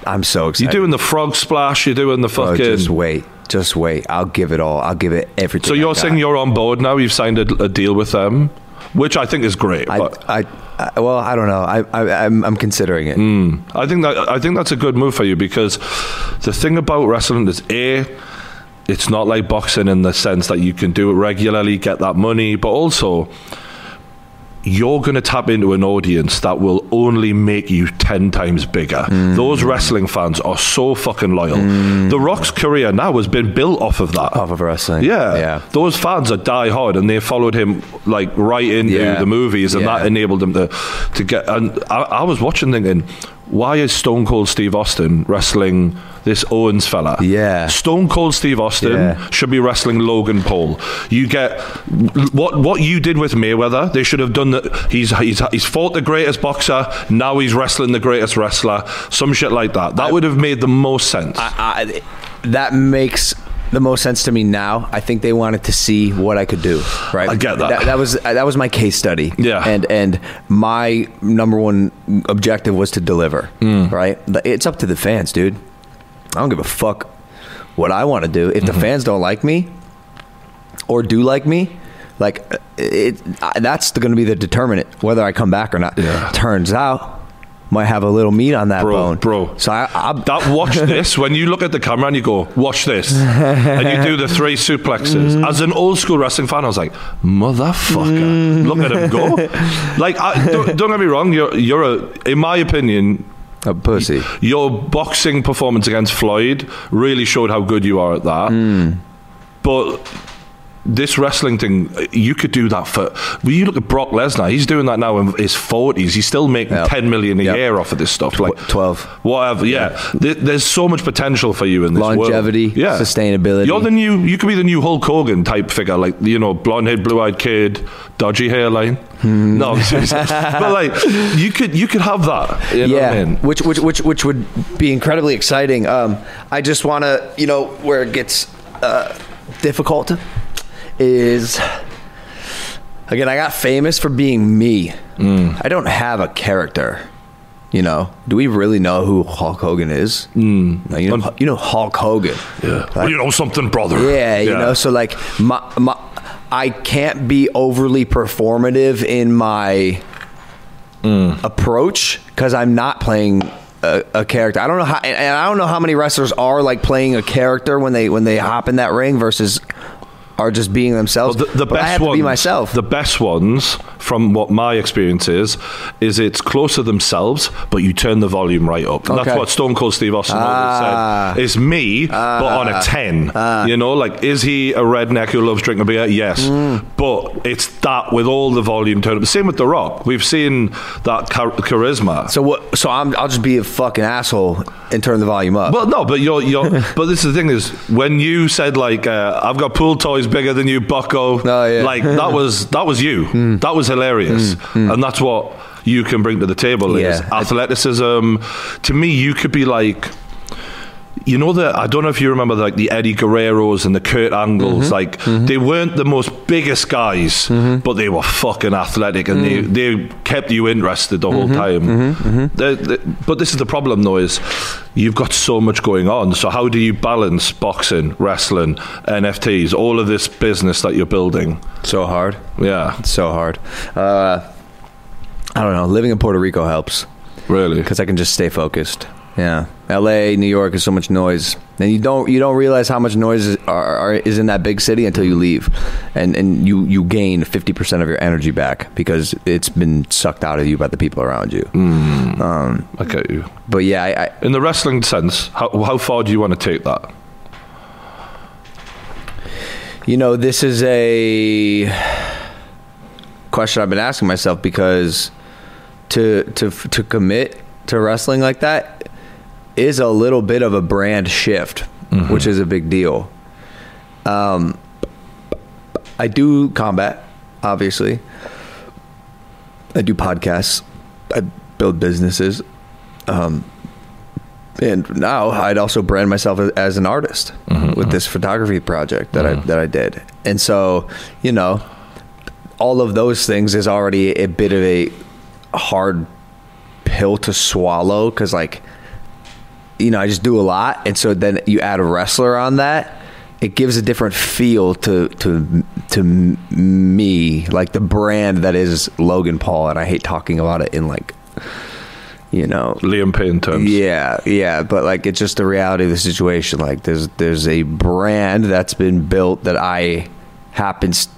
I'm so You're excited. doing the frog splash, you're doing the Oh, fucking. just wait, just wait. I'll give it all. I'll give it everything. So I you're got. saying you're on board now? You've signed a, a deal with them, which I think is great. I, but I, I well, I don't know. I, I I'm, I'm considering it. I think that I think that's a good move for you because the thing about wrestling is a, it's not like boxing in the sense that you can do it regularly, get that money, but also you're going to tap into an audience that will only make you 10 times bigger. Those wrestling fans are so fucking loyal. The Rock's career now has been built off of that. Off of wrestling. Yeah. yeah. Those fans are die hard and they followed him like right into Yeah. the movies and Yeah. that enabled them to, to get and I, I was watching thinking, why is Stone Cold Steve Austin wrestling this Owens fella? Yeah. Stone Cold Steve Austin Yeah. should be wrestling Logan Paul. You get what what you did with Mayweather, they should have done that he's he's he's fought the greatest boxer, now he's wrestling the greatest wrestler, some shit like that. That would have made the most sense. I, that makes the most sense to me now. I think they wanted to see what I could do. Right. I get that. That, was that was my case study. Yeah. And and my number one objective was to deliver. Hmm. Right. But It's up to the fans, dude. I don't give a fuck what I want to do. If Mm-hmm. the fans don't like me, or do like me, like it, I, that's going to be the determinant whether I come back or not. Yeah. Turns out might have a little meat on that Bro, bone, bro. So I, I That watch this when you look at the camera and you go watch this and you do the three suplexes Mm. as an old school wrestling fan I was like Mm. motherfucker look at him go like I, don't, don't get me wrong you're you're a in my opinion a pussy. your boxing performance against Floyd really showed how good you are at that Mm. but this wrestling thing, you could do that for. Well, you look at Brock Lesnar; he's doing that now in his forties. He's still making Yep. ten million a Yep. year off of this stuff. Like Tw- 12. whatever. Yeah, There- there's so much potential for you in this world. Longevity, Yeah, sustainability. You're the new. You could be the new Hulk Hogan type figure, like you know, blonde head, blue eyed kid, dodgy hairline. Hmm. No, I'm serious. but like you could, you could have that. You know yeah, what I mean? which which which which would be incredibly exciting. Um, I just want to, you know, where it gets uh, difficult is again. I got famous for being me. Mm. I don't have a character. You know, do we really know who Hulk Hogan is? Mm. No, you know, you know Hulk Hogan. Yeah. Like- you know something, brother. yeah, you know, so like my my I can't be overly performative in my Mm. approach because I'm not playing a, a character. I don't know how, and- and I don't know how many wrestlers are like playing a character when they when they hop in that ring versus are just being themselves. Well, the, the But best I have ones, to be myself. The best ones, from what my experience is, is it's close to themselves, but you turn the volume right up. And Okay. That's what Stone Cold Steve Austin Ah. always said. It's me, but on a ten. you know, like is he a redneck who loves drinking beer? Yes, Hmm. but it's that with all the volume turned up. Same with The Rock. We've seen that char- charisma. so what? So I'm I'll just be a fucking asshole and turn the volume up. Well, no, but you're, you're but this is the thing is when you said like uh, I've got pool toys bigger than you, Bucko. Oh, yeah. Like that was that was you. That was hilarious, and that's what you can bring to the table is Yeah. athleticism. To me, you could be like. You know that I don't know if you remember like the Eddie Guerreros and the Kurt Angles. Like they weren't the most biggest guys, but they were fucking athletic and they, they kept you interested the whole time. They're- they're- but this is the problem though: is you've got so much going on. So how do you balance boxing, wrestling, NFTs, all of this business that you're building? so hard. Yeah, So hard. Uh, I don't know. Living in Puerto Rico helps. really. because I can just stay focused. Yeah, L.A., New York is so much noise, and you don't you don't realize how much noise is, are, are, is in that big city until you leave, and and you you gain fifty percent of your energy back because it's been sucked out of you by the people around you. I get you. But yeah, I, I, In the wrestling sense, how, how far do you want to take that? you know this is a question I've been asking myself because to to to commit to wrestling like that is a little bit of a brand shift, which is a big deal. Um, I do combat, obviously. I do podcasts. I build businesses, um, and now I'd also brand myself as, as an artist with this photography project that I that I did. And so, you know, all of those things is already a bit of a hard pill to swallow because like you know i just do a lot and so then you add a wrestler on that it gives a different feel to to to m- me like the brand that is logan paul and i hate talking about it in like you know Liam Payne terms. yeah, yeah, but like it's just the reality of the situation. Like there's there's a brand that's been built that I happens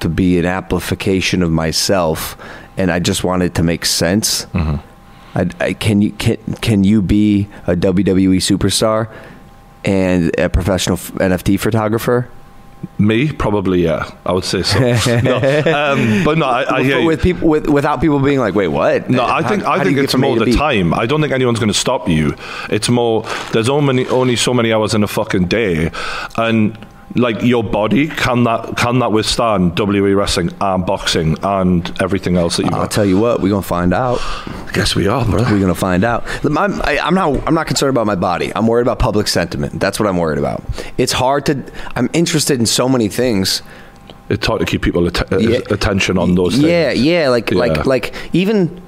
to be an amplification of myself, and I just want it to make sense. Mm-hmm. I, I, can you can can you be a WWE superstar and a professional f- NFT photographer? Me, probably, yeah. I would say so. no, um, but no, I, I hear But you. with people with, without people being like, wait, what? No, How- I think how I do think you get it's from A more to the B? time. I don't think anyone's going to stop you. It's more there's only only so many hours in a fucking day, and like your body can that can that withstand WWE wrestling and boxing and everything else that you I'll got. tell you what, we're gonna find out. I guess we are, brother. We're gonna find out. I'm, I, I'm not. I'm not concerned about my body. I'm worried about public sentiment. That's what I'm worried about. It's hard to. I'm interested in so many things. It's hard to keep people att- Yeah. attention on those. things. Yeah, yeah. Like, Yeah. like, like. Even,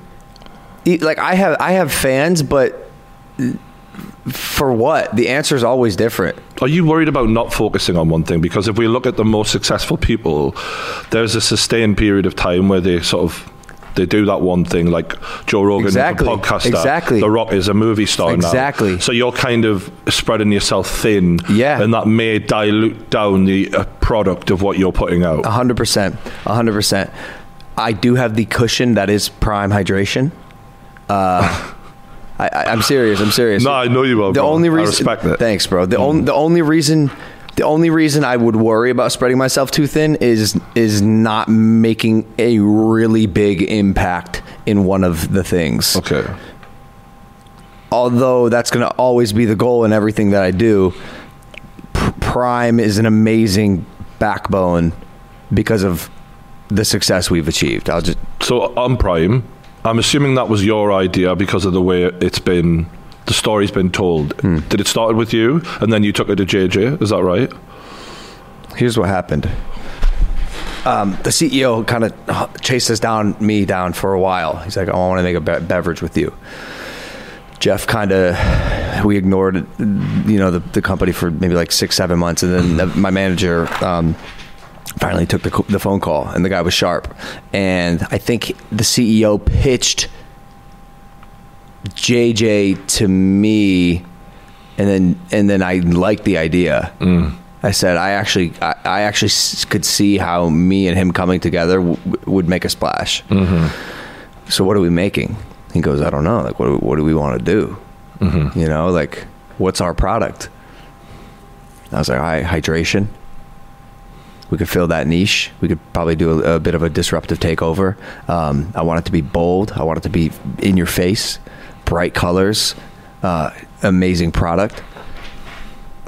e- like, I have, I have fans, but for what? The answer is always different. Are you worried about not focusing on one thing? Because if we look at the most successful people, there's a sustained period of time where they sort of They do that one thing like Joe Rogan Exactly, is a podcaster. exactly. The Rock is a movie star now. Exactly. So you're kind of spreading yourself thin. Yeah. And that may dilute down the uh, product of what you're putting out. A hundred percent. A hundred percent. I do have the cushion that is prime hydration. Uh, I, I, I'm serious. I'm serious. No, I know you are, The bro. only I reason. respect Mm. that. Thanks, bro. The only the only reason. The only reason I would worry about spreading myself too thin is is not making a really big impact in one of the things Okay. although that's going to always be the goal in everything that I do, P- Prime is an amazing backbone because of the success we've achieved. I'll just So on Prime, I'm assuming that was your idea because of the way it's been, the story's been told. Hmm. Did it started with you and then you took it to JJ? Is that right? here's what happened. Um, the CEO kind of chased us down, me down for a while. He's like, "Oh, "I want to make a be- beverage with you." Jeff kind of we ignored, you know, the, the company for maybe like six, seven months, and then the, my manager um, finally took the, co- the phone call, and the guy was sharp, and I think the CEO pitched JJ to me, and then and then I liked the idea. I said I actually I, I actually s- could see how me and him coming together w- w- would make a splash. So what are we making? He goes, I don't know. Like what do, what do we want to do? You know, like what's our product? I was like, all right, hydration. We could fill that niche. We could probably do a, a bit of a disruptive takeover. Um, I want it to be bold. I want it to be in your face, bright colors, uh, amazing product.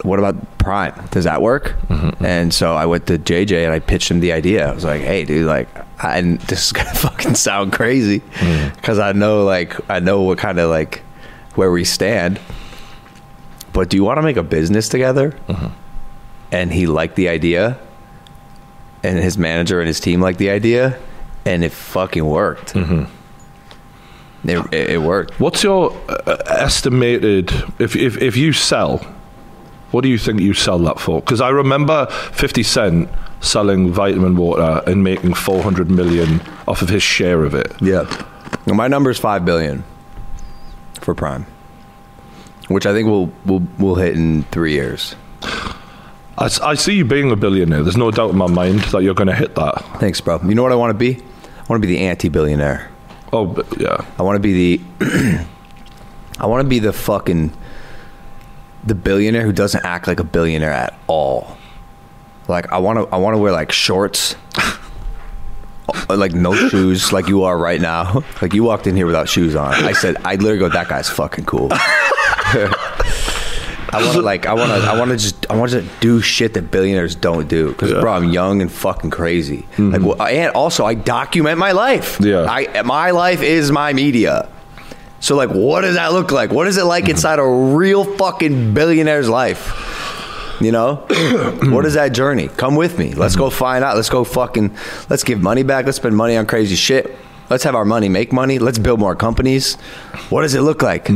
What about Prime? Does that work? And so I went to JJ and I pitched him the idea. I was like, "Hey, dude, like, I, and this is gonna fucking sound crazy because I know, like, I know what kind of like where we stand. But do you want to make a business together?" And he liked the idea and his manager and his team liked the idea, and it fucking worked. It, it, it worked. What's your uh, estimated if, if if you sell? What do you think you sell that for? Because I remember Fifty Cent selling vitamin water and making four hundred million off of his share of it. Yeah. my number is five billion for Prime, which I think we'll we'll we'll hit in three years. I, s- I see you being a billionaire. There's no doubt in my mind that you're going to hit that. Thanks, bro. You know what I want to be? I want to be the anti-billionaire. Oh but yeah, I want to be the. I want to be the fucking. The billionaire who doesn't act like a billionaire at all. Like I want to. I want to wear like shorts. Like no shoes, like you are right now. Like you walked in here without shoes on. I said, I literally go, that guy's fucking cool. I want to like, I want to, I want to just, I want to do shit that billionaires don't do. Because bro, I'm young and fucking crazy. Like, well, and also, I document my life. Yeah. I I- my life is my media. So like, what does that look like? What is it like inside a real fucking billionaire's life? You know, what is that journey? Come with me. Let's go find out. Let's go fucking. Let's give money back. Let's spend money on crazy shit. Let's have our money, make money. Let's build more companies. What does it Hmm, look like?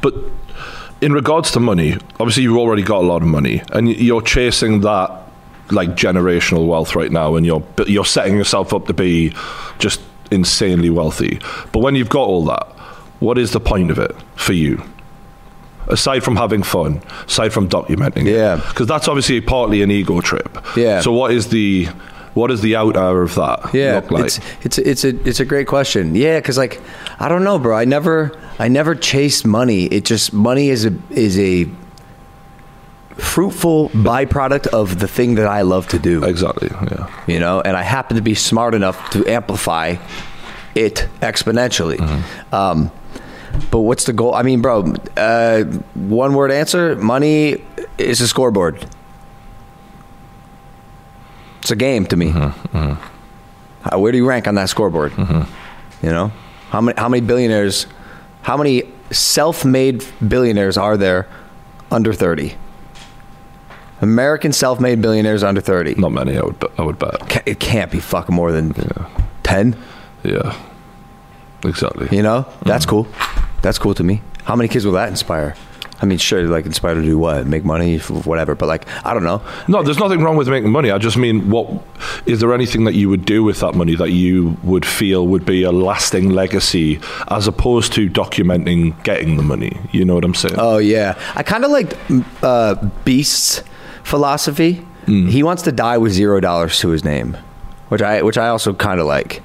but in regards to money, obviously you've already got a lot of money, and y- you're chasing that like generational wealth right now, and you're but you're setting yourself up to be just insanely wealthy. But when you've got all that, what is the point of it for you? Aside from having fun, aside from documenting, Yeah. because that's obviously partly an ego trip. Yeah. So what is the what is the out hour of that yeah, look like? it's it's it's a it's a great question. Yeah, because like I don't know, bro. I never I never chased money. It just money is a is a fruitful byproduct of the thing that I love to do. exactly. Yeah. You know, and I happen to be smart enough to amplify it exponentially. Um, but what's the goal? I mean, bro, uh, one word answer: money is a scoreboard. It's a game to me. How- where do you rank on that scoreboard? You know, how many how many billionaires, how many self-made billionaires are there under thirty? American self-made billionaires under thirty. Not many. I would. bet- I would bet. Ca- It can't be fucking more than ten. Yeah. Exactly. You know, that's cool. That's cool to me. How many kids will that inspire? I mean, sure, like inspired to do what? Make money, f- whatever. But like, I don't know. No, there's nothing wrong with making money. I just mean, what is there anything that you would do with that money that you would feel would be a lasting legacy, as opposed to documenting getting the money? You know what I'm saying? Oh yeah, I kind of liked m- uh, Beast's philosophy. He wants to die with zero dollars to his name, which I which I also kind of like.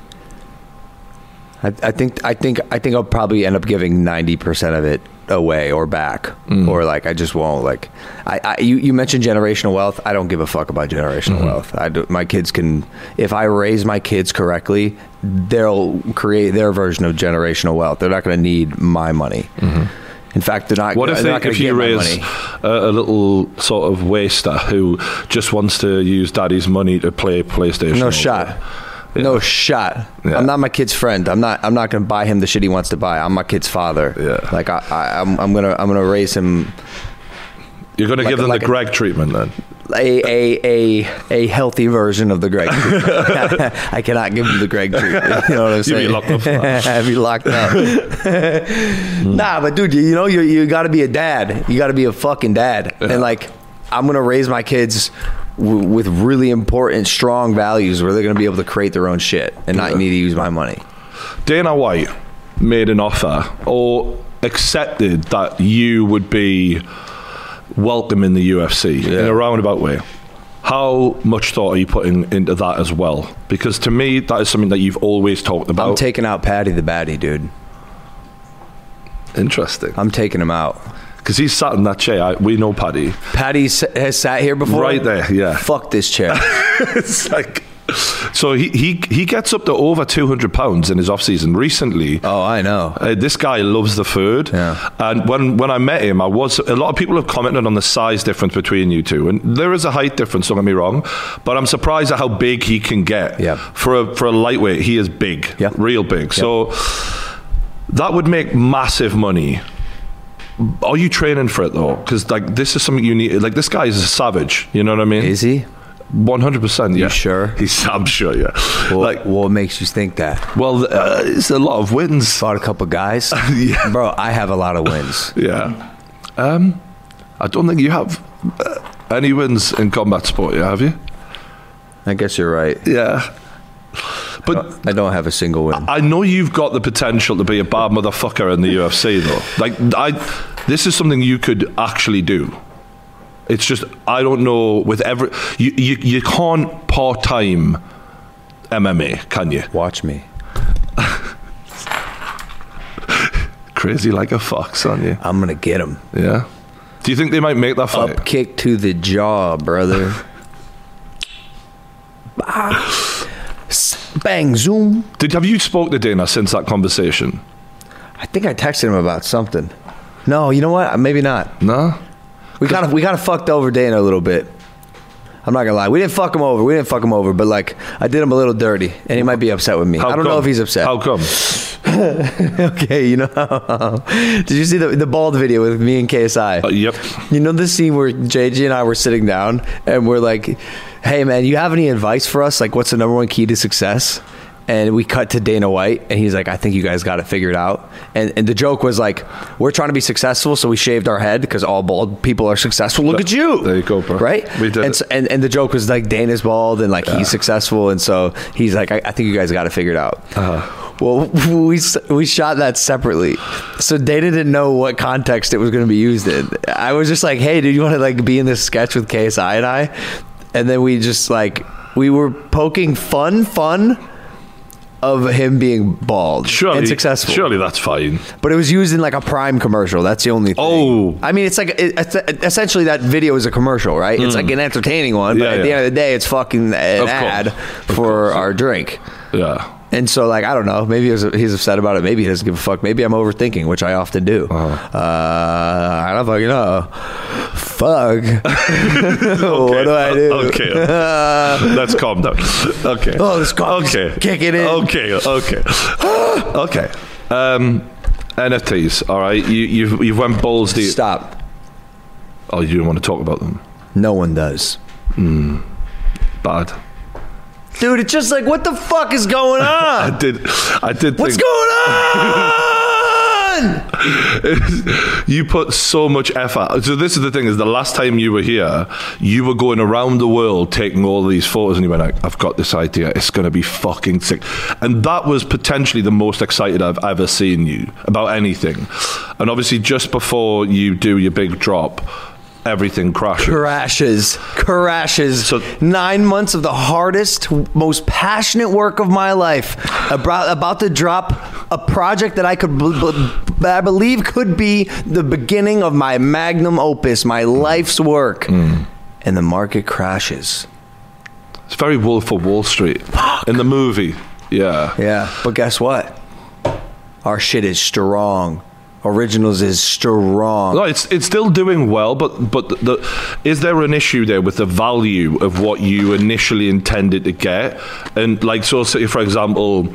I, I think I think I think I'll probably end up giving ninety percent of it away or back, Mm. or like I just won't like. I, I you, you mentioned generational wealth. I don't give a fuck about generational Mm-hmm. wealth. I do, my kids can if I raise my kids correctly, they'll create their version of generational wealth. They're not going to need my money. In fact, they're not. Mm-hmm. what if, they're they, not gonna if you get my raise money. a, a little sort of waster who just wants to use daddy's money to play PlayStation? No all shot. day? No shot. Yeah. I'm not my kid's friend. I'm not. I'm not going to buy him the shit he wants to buy. I'm my kid's father. Yeah. Like I, I I'm, I'm gonna, I'm gonna raise him You're going to Like give a- them like the a- Greg treatment then? a, a, a, a healthy version of the Greg. treatment. I cannot give him the Greg treatment. You know what I'm You'd saying? be locked up Hmm. for that. I'd be locked up. nah, but dude, you, you know, you you got to be a dad. You got to be a fucking dad. And like, I'm gonna raise my kids w- with really important, strong values where they're gonna be able to create their own shit and not need to use my money. Dana White made an offer or accepted that you would be welcome in the UFC in a roundabout way. How much thought are you putting into that as well? Because to me, that is something that you've always talked about. I'm taking out Patty the Batty, dude. Interesting. I'm taking him out. Because he's sat in that chair. I, we know Paddy. Patty s- has sat here before. Right there, yeah. Fuck this chair. it's like. So he, he, he gets up to over 200 pounds in his off season. Recently, oh, I know. Uh, this guy loves the food. Yeah. And when, when I met him, I was a lot of people have commented on the size difference between you two, and there is a height difference. Don't get me wrong, but I'm surprised at how big he can get. Yeah. For a for a lightweight, he is big. Yeah. Real big. So that would make massive money. Are you training for it though? Because like this is something you need. Like this guy is a savage. You know what I mean? Is he? One hundred percent. Yeah. sure? He's. I'm sure. Yeah. Well, like. what makes you think that? Well, uh, it's a lot of wins. Fought a couple guys, Yeah. bro. I have a lot of wins. Yeah. Um, I don't think you have uh, any wins in combat sport, yeah, have you? I guess you're right. Yeah. But I don't have a single win. I know you've got the potential to be a bad motherfucker in the UFC, though. Like, I, this is something you could actually do. It's just I don't know with every you you, you can't part time MMA, can you? Watch me. Crazy like a fox, aren't you? I'm gonna get him. Yeah. Do you think they might make that fight? Up kick to the jaw, brother. Ah. S- Bang zoom. Did have you spoke to Dana since that conversation? I think I texted him about something. No, you know what? Maybe not. No. We kind of we kind of fucked over Dana a little bit. I'm not gonna lie. We didn't fuck him over. We didn't fuck him over, but like I did him a little dirty, and he might be upset with me. I don't know if he's upset. How come? okay, you know. Did you see the the bald video with me and KSI? Uh, yep. You know the scene where JJ and I were sitting down and we're like, "Hey man, you have any advice for us? Like, what's the number one key to success?" And we cut to Dana White, and he's like, "I think you guys got it figured out." And and the joke was like, "We're trying to be successful, so we shaved our head because all bald people are successful. Look at you, There you go, bro. Right? We did And it. so, and and the joke was like Dana's bald, and like he's successful, and so he's like, "I, I think you guys got it figured out." Well, we s- we shot that separately, so Dana didn't know what context it was going to be used in. I was just like, "Hey, dude, you want to like be in this sketch with KSI and I?" And then we just like we were poking fun, fun of him being bald Surely and successful, Surely that's fine. but it was used in like a Prime commercial. That's the only. thing. Oh. I mean, it's like it, it's, essentially that video is a commercial, right? It's like an entertaining one, Hmm. but Yeah, at the yeah. end of the day, it's fucking an Of course. ad for our drink. Yeah. And so, like, I don't know. Maybe he was, he's upset about it. Maybe he doesn't give a fuck. Maybe I'm overthinking, which I often do. Uh-huh. Uh, I don't fucking know. Fuck. what do I do? Okay. Let's calm down. Okay. Oh, this coffee's Okay. kicking in. Okay. Okay. okay. Um, NFTs. All right. You you've you've went balls deep. Stop. Oh, you didn't want to talk about them. No one does. Bad. Dude, it's just like, what the fuck is going on? I did. I did. What's think, going on? again. you put so much effort. So this is the thing: is the last time you were here, you were going around the world taking all these photos, and you went, like, "I've got this idea. It's going to be fucking sick." And that was potentially the most excited I've ever seen you about anything. And obviously, just before you do your big drop, everything crashes. Crashes, crashes. So- Nine months of the hardest, most passionate work of my life. About about to drop a project that I could, bl- bl- that I believe, could be the beginning of my magnum opus, my life's work. And the market crashes. It's very Wolf of Wall Street in the movie. Yeah. Yeah, but guess what? Our shit is strong. Originals is strong. No, it's it's still doing well, but but the, the is there an issue there with the value of what you initially intended to get? And like so, say for example,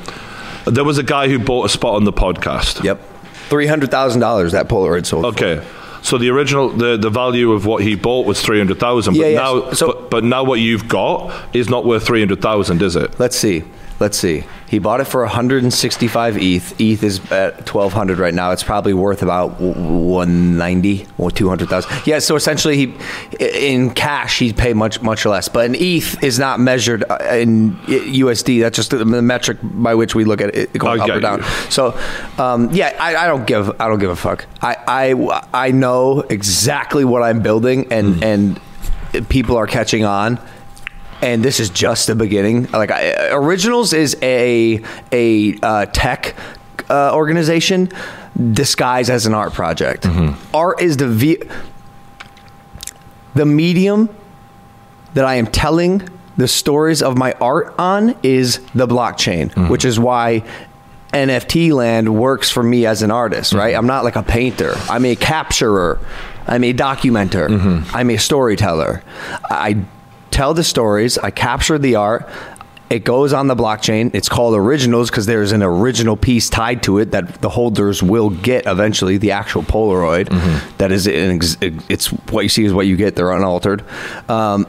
there was a guy who bought a spot on the podcast. Yep, three hundred thousand dollars that Polaroid sold. Okay. So the original the, the value of what he bought was three hundred thousand, but Yeah, yeah, now so- but, but now what you've got is not worth three hundred thousand, is it? Let's see. Let's see. He bought it for 165 ETH. ETH E is at 1200 right now. It's probably worth about w- w- 190 or 200,000. Yeah, so essentially he i- in cash he'd pay much much less. But an ETH is not measured uh, in i- USD. That's just the the metric by which we look at it going I up get or down. you. So, um, yeah, I, I don't give I don't give a fuck. I I, I know exactly what I'm building, and and people are catching on. And this is just the beginning. Like I, Originals is a a uh, tech uh, organization disguised as an art project. Art is the ve- the medium that I am telling the stories of my art on is the blockchain, which is why NFT land works for me as an artist, right? I'm not like a painter. I'm a capturer. I'm a documenter. I'm a storyteller. I tell the stories, I capture the art. It goes on the blockchain. It's called originals because there's an original piece tied to it that the holders will get eventually, the actual Polaroid. That is, an ex- it's what you see is what you get. They're unaltered. Um,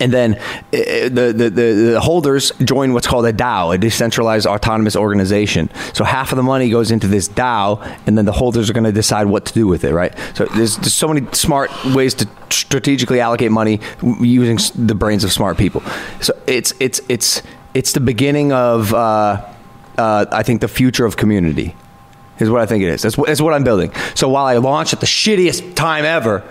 and then uh, the, the, the, the holders join what's called a DAO, a decentralized autonomous organization. So half of the money goes into this DAO, and then the holders are going to decide what to do with it, right? So there's, there's so many smart ways to strategically allocate money w- using s- the brains of smart people. So it's, it's, it's, it's the beginning of, uh, uh, I think, the future of community is what I think it is. That's what, that's what I'm building. So while I launch at the shittiest time ever,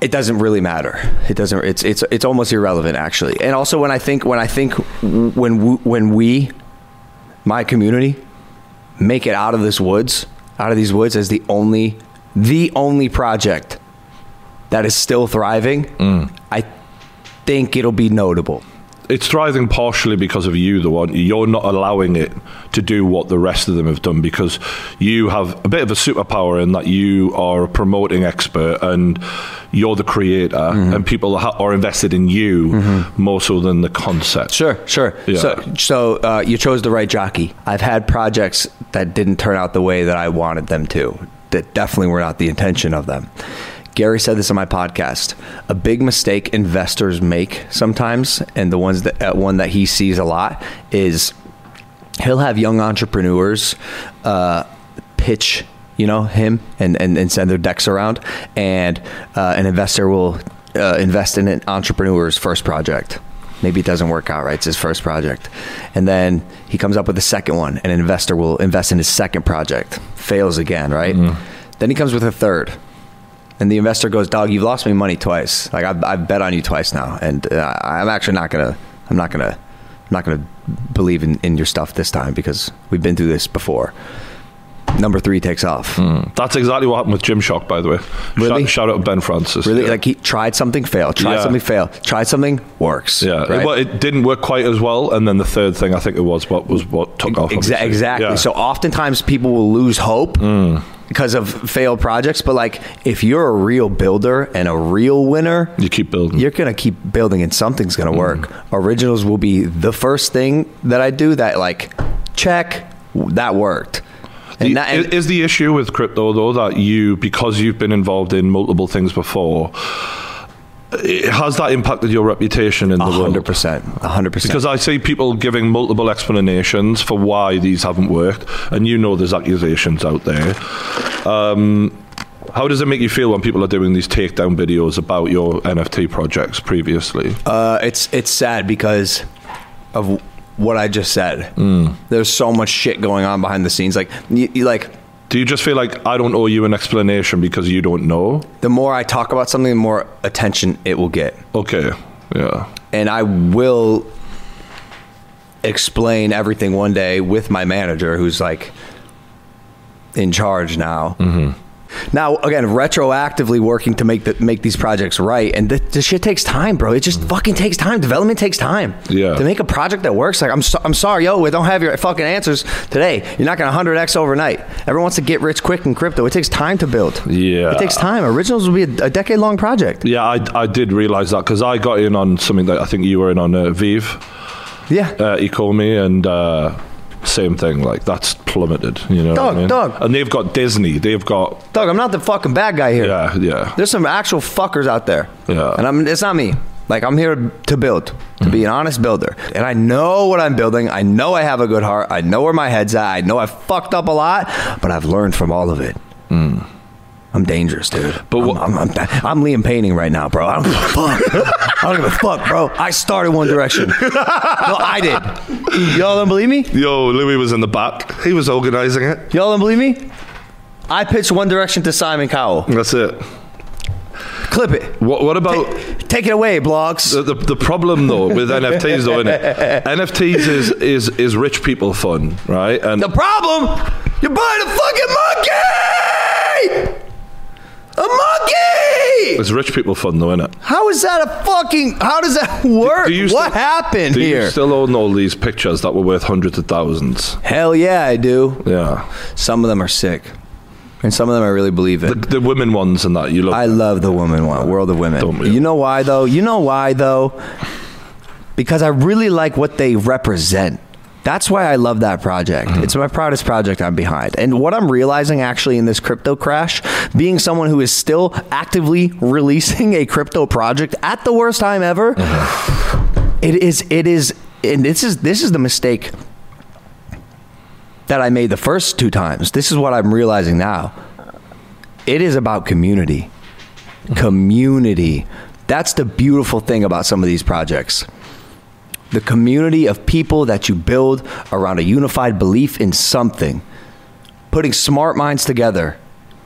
it doesn't really matter. It doesn't. It's it's it's almost irrelevant actually. And also when I think when I think when we, when we, my community, make it out of this woods, out of these woods as the only the only project that is still thriving, I think it'll be notable. It's thriving partially because of you, the one. You're not allowing it to do what the rest of them have done because you have a bit of a superpower in that you are a promoting expert and you're the creator, Mm-hmm. and people ha- are invested in you more so than the concept. Sure, sure. Yeah. So, so uh, you chose the right jockey. I've had projects that didn't turn out the way that I wanted them to, that definitely were not the intention of them. Gary said this on my podcast. A big mistake investors make sometimes, and the ones that uh, one that he sees a lot is he'll have young entrepreneurs uh, pitch you know him and, and, and send their decks around and uh, an investor will uh, invest in an entrepreneur's first project maybe it doesn't work out right it's his first project and then he comes up with a second one and an investor will invest in his second project fails again right then he comes with a third and the investor goes, "Dog, you've lost me money twice. Like I've, I've bet on you twice now, and uh, I'm actually not gonna, I'm not gonna, I'm not gonna believe in, in your stuff this time because we've been through this before." Number three takes off. That's exactly what happened with Gymshock, by the way. Really? Shout, shout out to Ben Francis. Really, Yeah. like he tried something, failed. Tried Yeah. something, failed. Tried something, works. yeah, right? it, well, it didn't work quite as well, and then the third thing I think it was what was what took off. Exa- obviously. exactly. Yeah. Mm. So oftentimes people will lose hope because of failed projects. But like, if you're a real builder and a real winner, you keep building. you're gonna keep building and something's gonna work originals will be the first thing that i do that like check that worked and The- that, and- is the issue with crypto though that you because you've been involved in multiple things before it- has that impacted your reputation in the hundred world? percent, hundred percent. Because I see people giving multiple explanations for why these haven't worked, and you know there's accusations out there. Um, how does it make you feel when people are doing these takedown videos about your NFT projects previously? Uh, it's it's sad because of what I just said. There's so much shit going on behind the scenes. Like you, you like Do you just feel like I don't owe you an explanation because you don't know? the more I talk about something, the more attention it will get, Okay, yeah. and I will explain everything one day with my manager, who's like in charge now. Mm-hmm. Now again, retroactively working to make the, make these projects right, and th- this shit takes time, bro. It just fucking takes time. Development takes time. Mm-hmm. Yeah. To make a project that works, like I'm, so, I'm sorry, yo, we don't have your fucking answers today. You're not gonna 100x overnight. Everyone wants to get rich quick in crypto. It takes time to build. Yeah. It takes time. Originals will be a, a decade long project. Yeah, I, I did realize that because I got in on something that I think you were in on uh, Vive. Yeah. uh, Ecomi and uh, same thing. Like that's plummeted. You know, what Dog, I mean? dog. And they've got Disney. They've got Doug, I'm not the fucking bad guy here. yeah, yeah. There's some actual fuckers out there. Yeah. Mm-hmm. And I'm it's not me. Like I'm here to build, to be an honest builder. And I know what I'm building. I know I have a good heart. I know where my head's at. I know I've fucked up a lot, but I've learned from all of it. I'm dangerous, dude. Mm. But I'm, what- I'm, I'm, I'm Liam Painting right now, bro. I don't give a fuck. I don't give a fuck, bro. I started One Direction. No, I did. Y'all don't believe me? Yo, Louis was in the back. He was organising it. Y'all don't believe me? I pitched One Direction to Simon Cowell. That's it. Clip it. What What about? Take, take it away, blogs. the, the, the problem though with NFTs though, isn't it? NFTs is, is is rich people fun, right? And The problem, you're buying a fucking monkey! A monkey! it's rich people fun though, isn't it? How is that a fucking? How does that work? do you what still- happened Do here? you still own all these pictures that were worth hundreds of thousands? Hell yeah, I do. Yeah, Some of them are sick, and some of them I really believe the, in. the women ones and that you love. I love the woman one, world of Don't women. we? You know why though? You know why though? Because I really like what they represent. That's why I love that project. It's my proudest project I'm behind. And what I'm realizing actually in this crypto crash, being someone who is still actively releasing a crypto project at the worst time ever, it is it is and this is this is the mistake that I made the first two times. This is what I'm realizing now. It is about community. Community. That's the beautiful thing about some of these projects. The community of people that you build around a unified belief in something. Putting smart minds together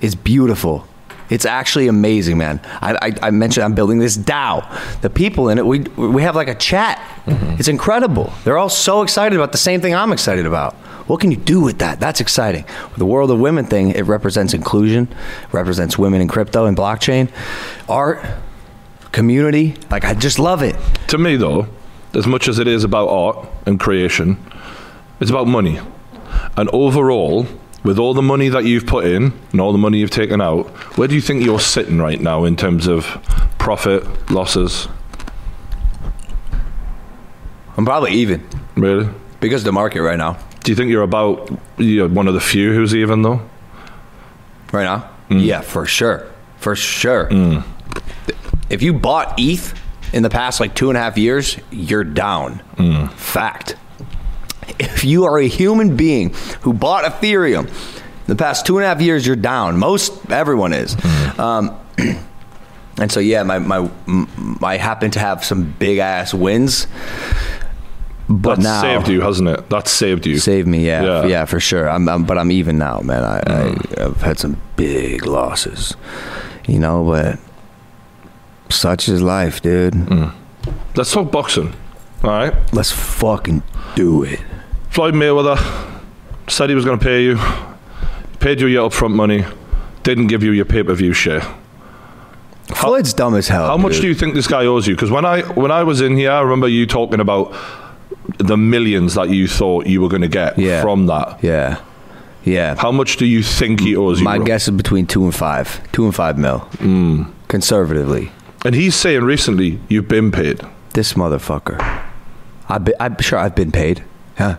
is beautiful. It's actually amazing, man. I, I, I mentioned I'm building this DAO. The people in it, we, we have like a chat. It's incredible. They're all so excited about the same thing I'm excited about. What can you do with that? That's exciting. With the world of women thing, it represents inclusion, represents women in crypto and blockchain, art, community. Like, I just love it. To me, though, as much as it is about art and creation, it's about money. And overall, with all the money that you've put in and all the money you've taken out, where do you think you're sitting right now in terms of profit, losses? I'm probably even Really? because the market right now. Do you think you're about you're one of the few who's even, though? Right now? Mm. Yeah, for sure. For sure. If you bought ETH in the past like two and a half years, you're down. Mm. Fact. If you are a human being who bought Ethereum in the past two and a half years, you're down. Most everyone is. Mm. Um, and so, yeah, my, my, m- I happen to have some big ass wins. But That's now, saved you, hasn't it? That's saved you. Save me, yeah, Yeah. Hmm. yeah, for sure. I'm, I'm, but I'm even now, man. I, I, I've had some big losses, you know. But such is life, dude. Hmm. Let's talk boxing. All right. Let's fucking do it. Floyd Mayweather said he was going to pay you, paid you your upfront money, didn't give you your pay per view share. Floyd's dumb as hell. How much dude. do you think this guy owes you? Because when I when I was in here, I remember you talking about the millions that you thought you were going to get Yeah. from that. Yeah, yeah. How much do you think he owes you? My bro? guess is between two and five, two and five mil, Hmm. conservatively. And he's saying recently you've been paid. This motherfucker. I've been, I'm sure I've been paid. Huh?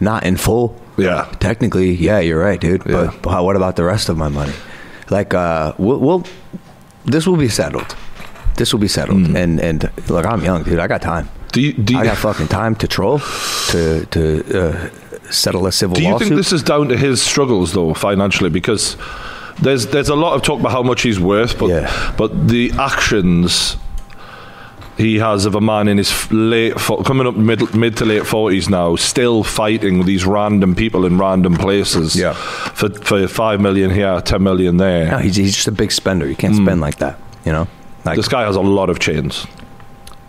Not in full. Yeah. Technically, yeah, you're right, dude. Yeah. But, but how- what about the rest of my money? Like, uh, we'll, we'll this will be settled. This will be settled. Hmm. And and look, I'm young, dude. I got time. Do you, do you, I got fucking time to troll, to to uh, settle a civil Do you lawsuit. think this is down to his struggles though financially? Because there's there's a lot of talk about how much he's worth, but Yeah. but the actions he has of a man in his f- late fo- coming up mid mid to late forties now, still fighting with these random people in random places. Yeah. for for five million here, ten million there. no, he's, he's just a big spender. You can't Hmm. spend like that. You know, like This guy has a lot of chains.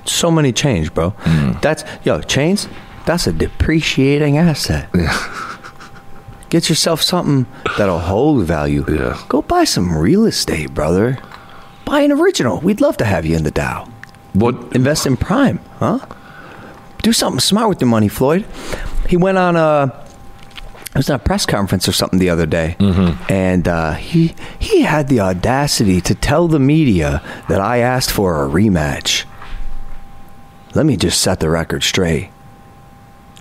so many chains, bro. That's yo chains. That's a depreciating asset. Get yourself something that'll hold value. Yeah. Go buy some real estate, brother. Buy an original. We'd love to have you in the Dow. What? Invest in Prime, huh? Do something smart with your money, Floyd. He went on a it was in a press conference or something the other day, and uh, he he had the audacity to tell the media that I asked for a rematch. Let me just set the record straight.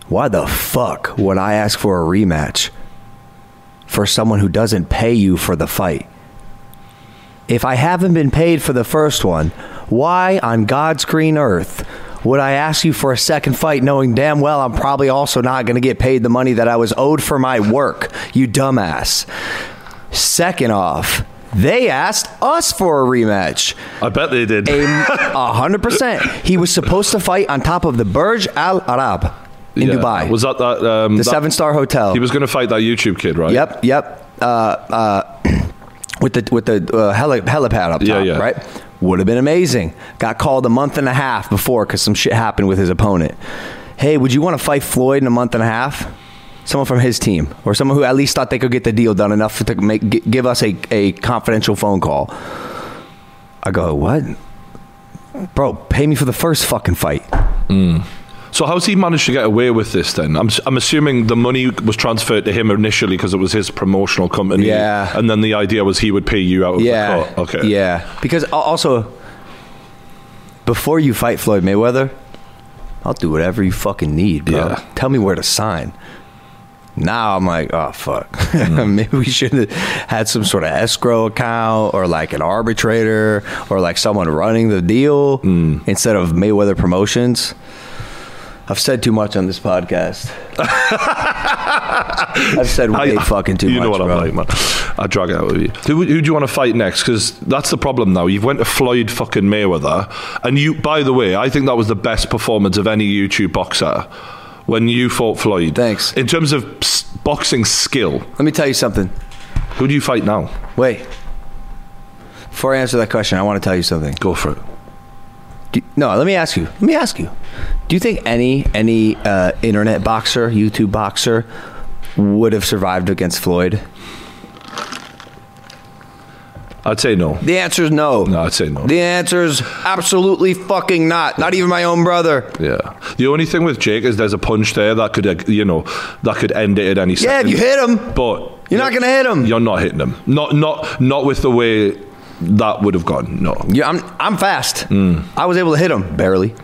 Why the fuck would I ask for a rematch for someone who doesn't pay you for the fight? If I haven't been paid for the first one, why on God's green earth would I ask you for a second fight knowing damn well I'm probably also not going to get paid the money that I was owed for my work, you dumbass? Second off, they asked us for a rematch. I bet they did. A a hundred percent. He was supposed to fight on top of the Burj Al Arab in Yeah. Dubai, Was that that um, the that- seven star hotel. He was going to fight that YouTube kid, right? Yep, yep. Uh, uh, with the with the uh, heli- helipad up top, Yeah, yeah. right? Would have been amazing. Got called a month and a half before because some shit happened with his opponent. Hey, would you want to fight Floyd in a month and a half? Someone from his team, or someone who at least thought they could get the deal done enough to make gi- give us a, a confidential phone call. I go, what? Bro, pay me for the first fucking fight. So how's he managed to get away with this then? I'm, s- I'm assuming the money was transferred to him initially because it was his promotional company. Yeah. And then the idea was he would pay you out of Yeah. the cut. oh, Okay. Yeah. Because al- also, before you fight Floyd Mayweather, I'll do whatever you fucking need, bro. Yeah. Tell me where to sign. Now I'm like, oh fuck. Mm. Maybe we should have had some sort of escrow account or like an arbitrator or like someone running the deal Mm. instead of Mayweather Promotions. I've said too much on this podcast. I've said way fucking too you much. know what bro. I'm like, man. I drag it out with you. Who, who do you want to fight next? Because that's the problem now. You've went to Floyd fucking Mayweather, and you. By the way, I think that was the best performance of any YouTube boxer when you fought Floyd. Thanks. In terms of s- boxing skill, Let me tell you something. who do you fight now? Wait. Before I answer that question, I want to tell you something. Go for it. Do, no, let me ask you. Let me ask you. Do you think any any uh, internet boxer, YouTube boxer, would have survived against Floyd? I'd say no. The answer is no. No, I'd say no. The answer is absolutely fucking not. Not even my own brother. Yeah. The only thing with Jake is there's a punch there that could, uh, you know, that could end it at any Yeah, if second. you hit him, But you're not gonna hit him. You're not hitting him. Not not not with the way that would have gone. No. Yeah, I'm I'm fast. I was able to hit him barely,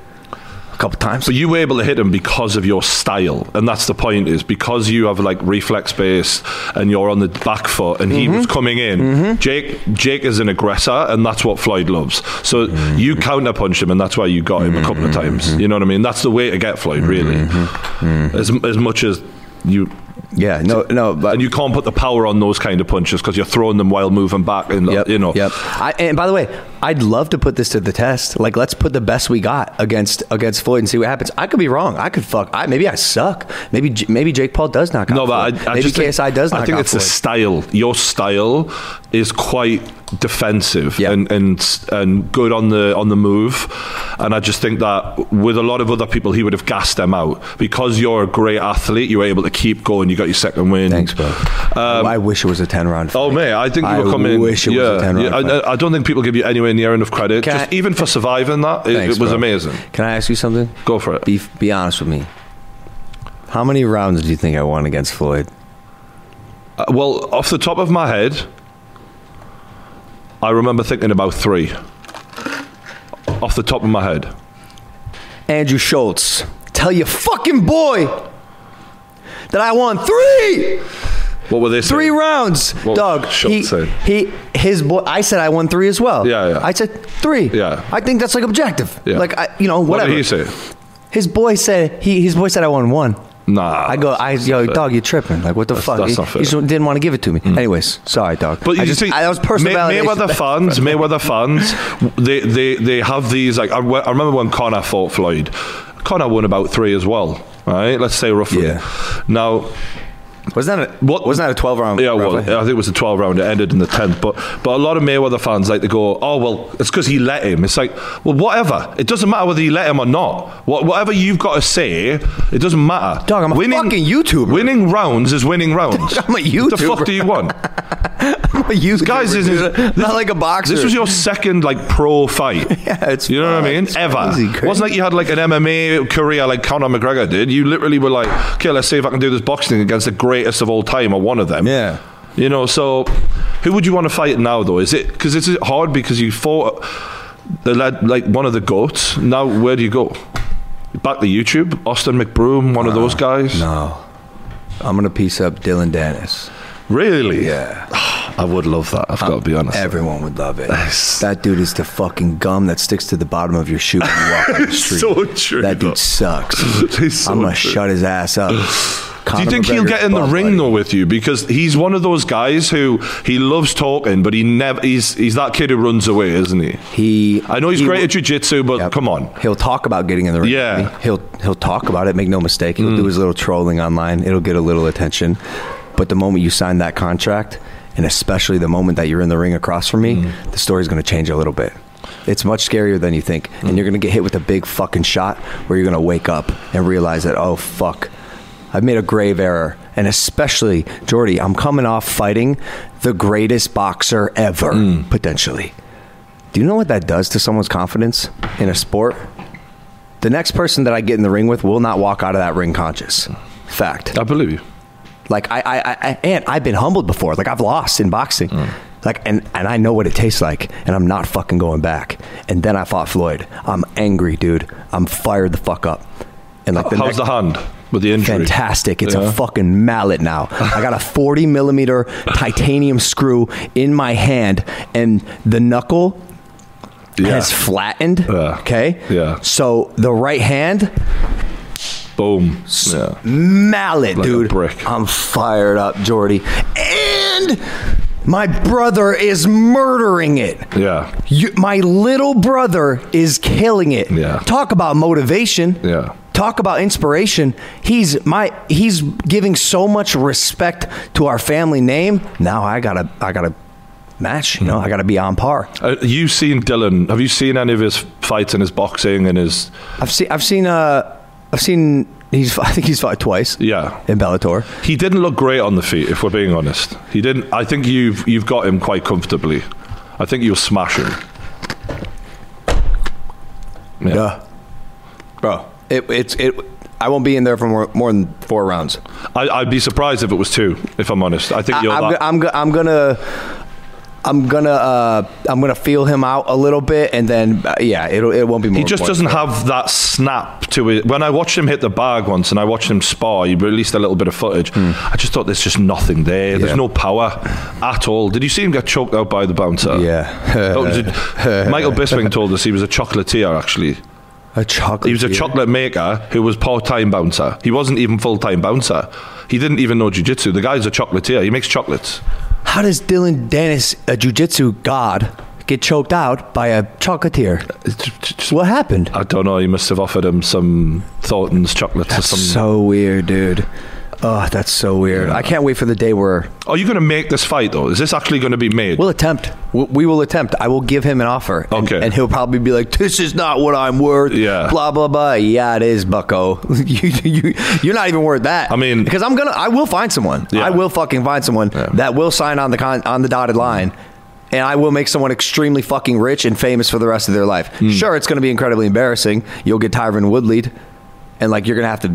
a couple times. But Mm. you were able to hit him because of your style, and that's the point. Is because you have like reflex base, and you're on the back foot, and he Mm-hmm. was coming in. Jake Jake is an aggressor, and that's what Floyd loves. So Mm-hmm. you counter punch him, and that's why you got him a couple of times. You know what I mean? That's the way to get Floyd, really. Mm-hmm. As as much as you yeah, no, no, but and you can't put the power on those kind of punches because you're throwing them while moving back and Yep, you know Yep. I, and by the way, I'd love to put this to the test. Like, let's put the best we got against against Floyd and see what happens. I could be wrong. I could fuck. I maybe I suck. Maybe J- maybe Jake Paul does knock out. no but Floyd. I, I maybe just think- KSI does knock I think out it's the Floyd. style your style is quite defensive Yep. and, and and good on the on the move and I just think that with a lot of other people he would have gassed them out because you're a great athlete you were able to keep going you got your second win Thanks, bro. I wish it was a ten round. Fight. um, Oh man, I think you were coming. I wish it yeah, was a ten round. yeah, fight. I, I don't think people give you anywhere near enough credit. Can Just I- even for surviving that, it, Thanks, it was bro. amazing. Can I ask you something? Go for it. Be be honest with me. How many rounds do you think I won against Floyd? Uh, well, off the top of my head, I remember thinking about three. Off the top of my head. Andrew Schultz, tell your fucking boy that I won three What were they saying? Three rounds, What Doug. was Schultz He, saying? he, his boy. I said I won three as well. Yeah, yeah. I said three. Yeah. I think that's like objective. Yeah. Like I, you know, What whatever. did he say? His boy said he. His boy said I won one. Nah. I go, I yo, dog, you tripping? Like what the fuck? that's He- not fair. Mm. He just didn't want to give it to me. Anyways, sorry, dog. But you I just, see, I, that was personal. May- validation. Mayweather fans, Mayweather fans, they, they, they have these. Like I, re- I remember when Connor fought Floyd. Connor won about three as well. Right, let's say roughly. Yeah. Now, Wasn't that a, What- Wasn't that a twelve round? yeah, well, I roughly? think it was a twelve round. It ended in the tenth. But but a lot of Mayweather fans like to go, oh well, it's because he let him. It's like, well, whatever. It doesn't matter whether you let him or not. What, whatever you've got to say, it doesn't matter. Dog, I'm a fucking YouTuber. Winning rounds is winning rounds. I'm What a the fuck YouTuber. do you want? you guys, this is not like a boxer. This was your second like pro fight. Yeah, it's you know what I fun. mean. It's Ever crazy, It wasn't like you had like an MMA career like Conor McGregor did. You literally were like, okay, let's see if I can do this boxing against the greatest of all time or one of them. Yeah. You know, so who would you want to fight now though? Is it because it's hard because you fought the lad, like one of the goats? Now where do you go? Back to YouTube, Austin McBroom, one of those guys. No, I'm gonna piece up Dylan Dennis. Really? Yeah. I would love that. I've got to be honest. Everyone would love it. Nice. That dude is the fucking gum that sticks to the bottom of your shoe when you walk on the street. So true, That though. dude sucks. He's so I'm gonna true. shut his ass up. Do you think he'll get in the ring though with you? Because he's one of those guys who he loves talking, but he never he's he's that kid who runs away, isn't he? He. I know he's he great will- at jujitsu, but Yep. come on. He'll talk about getting in the ring. Yeah. Mm. with me. He'll he'll talk about it. Make no mistake. He'll do his little trolling online. It'll get a little attention, but the moment you sign that contract, and especially the moment that you're in the ring across from me, Mm. the story's going to change a little bit. It's much scarier than you think, Mm. and you're going to get hit with a big fucking shot where you're going to wake up and realize that oh fuck, I've made a grave error. And especially Jordy, I'm coming off fighting the greatest boxer ever, Mm. potentially. Do you know what that does to someone's confidence in a sport? The next person that I get in the ring with will not walk out of that ring conscious. Fact. I believe you. Like I, I, I I- and I've been humbled before. Like I've lost in boxing. Mm. Like and and I know what it tastes like, and I'm not fucking going back. And then I fought Floyd. I'm angry, dude. I'm fired the fuck up. And like the How's next, the hand with the injury? fantastic. It's Yeah. a fucking mallet now. I got a 40 millimeter titanium screw in my hand, and the knuckle Yeah. has flattened. Yeah. Okay. Yeah. So the right hand, Boom. Yeah. mallet, Like a dude. brick. I'm fired up, Jordy. And my brother is murdering it. Yeah. You, my little brother is killing it. Yeah. Talk about motivation. Yeah. Talk about inspiration. He's my he's giving so much respect to our family name. Now I gotta I gotta match. You know Mm-hmm. I gotta be on par. Uh, you seen Dylan? Have you seen any of his fights and his boxing and his? I've seen I've seen uh I've seen he's I think he's fought twice. Yeah, In Bellator. he didn't look great on the feet. If we're being honest, he didn't. I think you've you've got him quite comfortably. I think you'll smash him. Yeah. Bro, it, it's it. I won't be in there for more, more than four rounds. I, I'd be surprised if it was two. If I'm honest, I think I, you're I'm, that. go- I'm, go- I'm gonna I'm gonna uh, I'm gonna feel him out a little bit, and then uh, yeah, it'll it won't be more. He just more- doesn't have that snap to it. When I watched him hit the bag once and I watched him spar, he released a little bit of footage. I just thought there's just nothing there. There's Hmm. Yeah. no power at all. Did you see him get choked out by the bouncer? Yeah, Oh, did- Michael Bisping told us he was a chocolatier, actually. a chocolate. He was a beer. chocolate maker who was part time bouncer. He wasn't even full time bouncer. He didn't even know jiu jitsu. The guy's a chocolatier. He makes chocolates. How does Dylan Dennis, a jujitsu god, get choked out by a chocolatier? It's j- j- What happened? I don't know. He must have offered him some Thornton's chocolates or something. So weird, dude. Oh, that's so weird. I can't wait for the day where Are you going to make this fight though? Is this actually going to be made? We'll attempt. W- We will attempt. I will give him an offer. And, Okay. And he'll probably be like, "This is not what I'm worth." Yeah. Blah blah blah. Yeah, it is, Bucko. you you you're not even worth that. I mean- because I'm gonna, I will find someone. Yeah. I will fucking find someone that will sign on the con, on the dotted line. And I will make someone extremely fucking rich and famous for the rest of their life. Hmm. Sure, it's going to be incredibly embarrassing. You'll get Tyron Woodley, and like you're going to have to,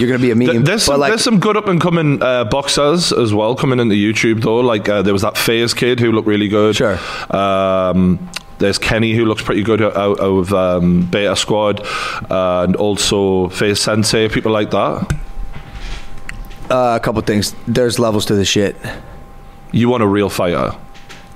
you're going to be a Th- meme. there's, some, but like, there's some good up and coming uh, boxers as well coming into YouTube though. Like uh, there was that Faze kid who looked really good. Sure. Um, there's Kenny who looks pretty good out, out of um, Beta Squad, and also Faze Sensei, people like that. Uh, a couple things. There's levels to the shit. You want a real fighter,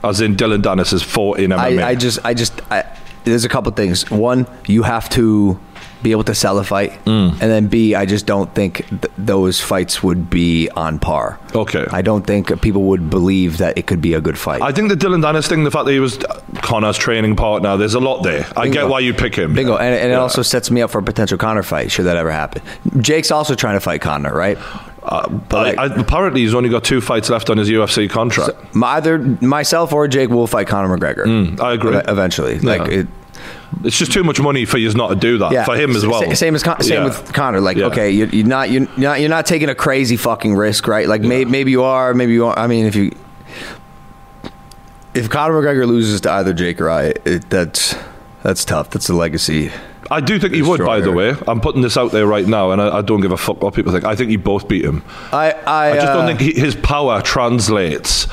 as in Dylan Dennis is fourteen MMA. I, I just, I just, I, there's a couple things. One, you have to be able to sell a fight, Mm. and then B, I just don't think th- those fights would be on par. Okay. I don't think people would believe that it could be a good fight. I think the Dylan Dennis thing, the fact that he was Connor's training partner, there's a lot there. I Bingo. get why you pick him. Bingo, and, and it Yeah. also sets me up for a potential Connor fight. Should that ever happen? Jake's also trying to fight Connor, right? Uh, I, I, apparently, he's only got two fights left on his UFC contract. My, either myself or Jake will fight Connor McGregor. Mm, Hmm, I agree. ev- Eventually, like it, it's just too much money for you not to do that Uh, for him as S- well. sa- Same as Con- same Yeah. with Connor. Like, Yeah. okay, you're, you're not you're not you're not taking a crazy fucking risk, right? Like, may, maybe you are, maybe you are. I mean, if you if Conor McGregor loses to either Jake or I, it, that's that's tough. That's a legacy. I do think he would, by the way. I'm putting this out there right now, and I, I don't give a fuck what people think. I think you both beat him. I I, I just uh, don't think he, his power translates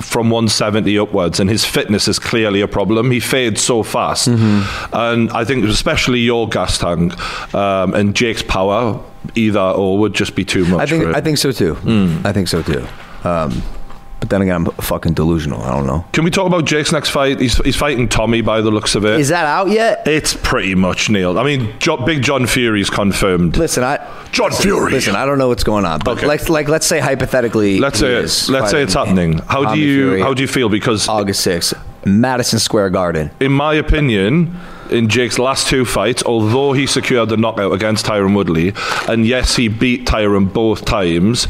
from 170 upwards, and his fitness is clearly a problem. He fades so fast, Mm-hmm. and I think especially your gas tank um, and Jake's power, either or, would just be too much. I think for it. Hmm. I think so too. I think so too. Um, but then again, I'm fucking delusional. I don't know. Can we talk about Jake's next fight? He's, he's fighting Tommy by the looks of it. Is that out yet? it's pretty much nailed. I mean, jo- Big John Fury's confirmed. Listen, I John listen, Fury. Listen, I don't know what's going on, but Okay. like like let's say hypothetically, let's he say is it's, let's say it's fighting happening. How do Tommy you Fury. Uh, how do you feel? Because August 6th, Madison Square Garden. in my opinion, in Jake's last two fights, although he secured the knockout against Tyron Woodley, and yes, he beat Tyron both times,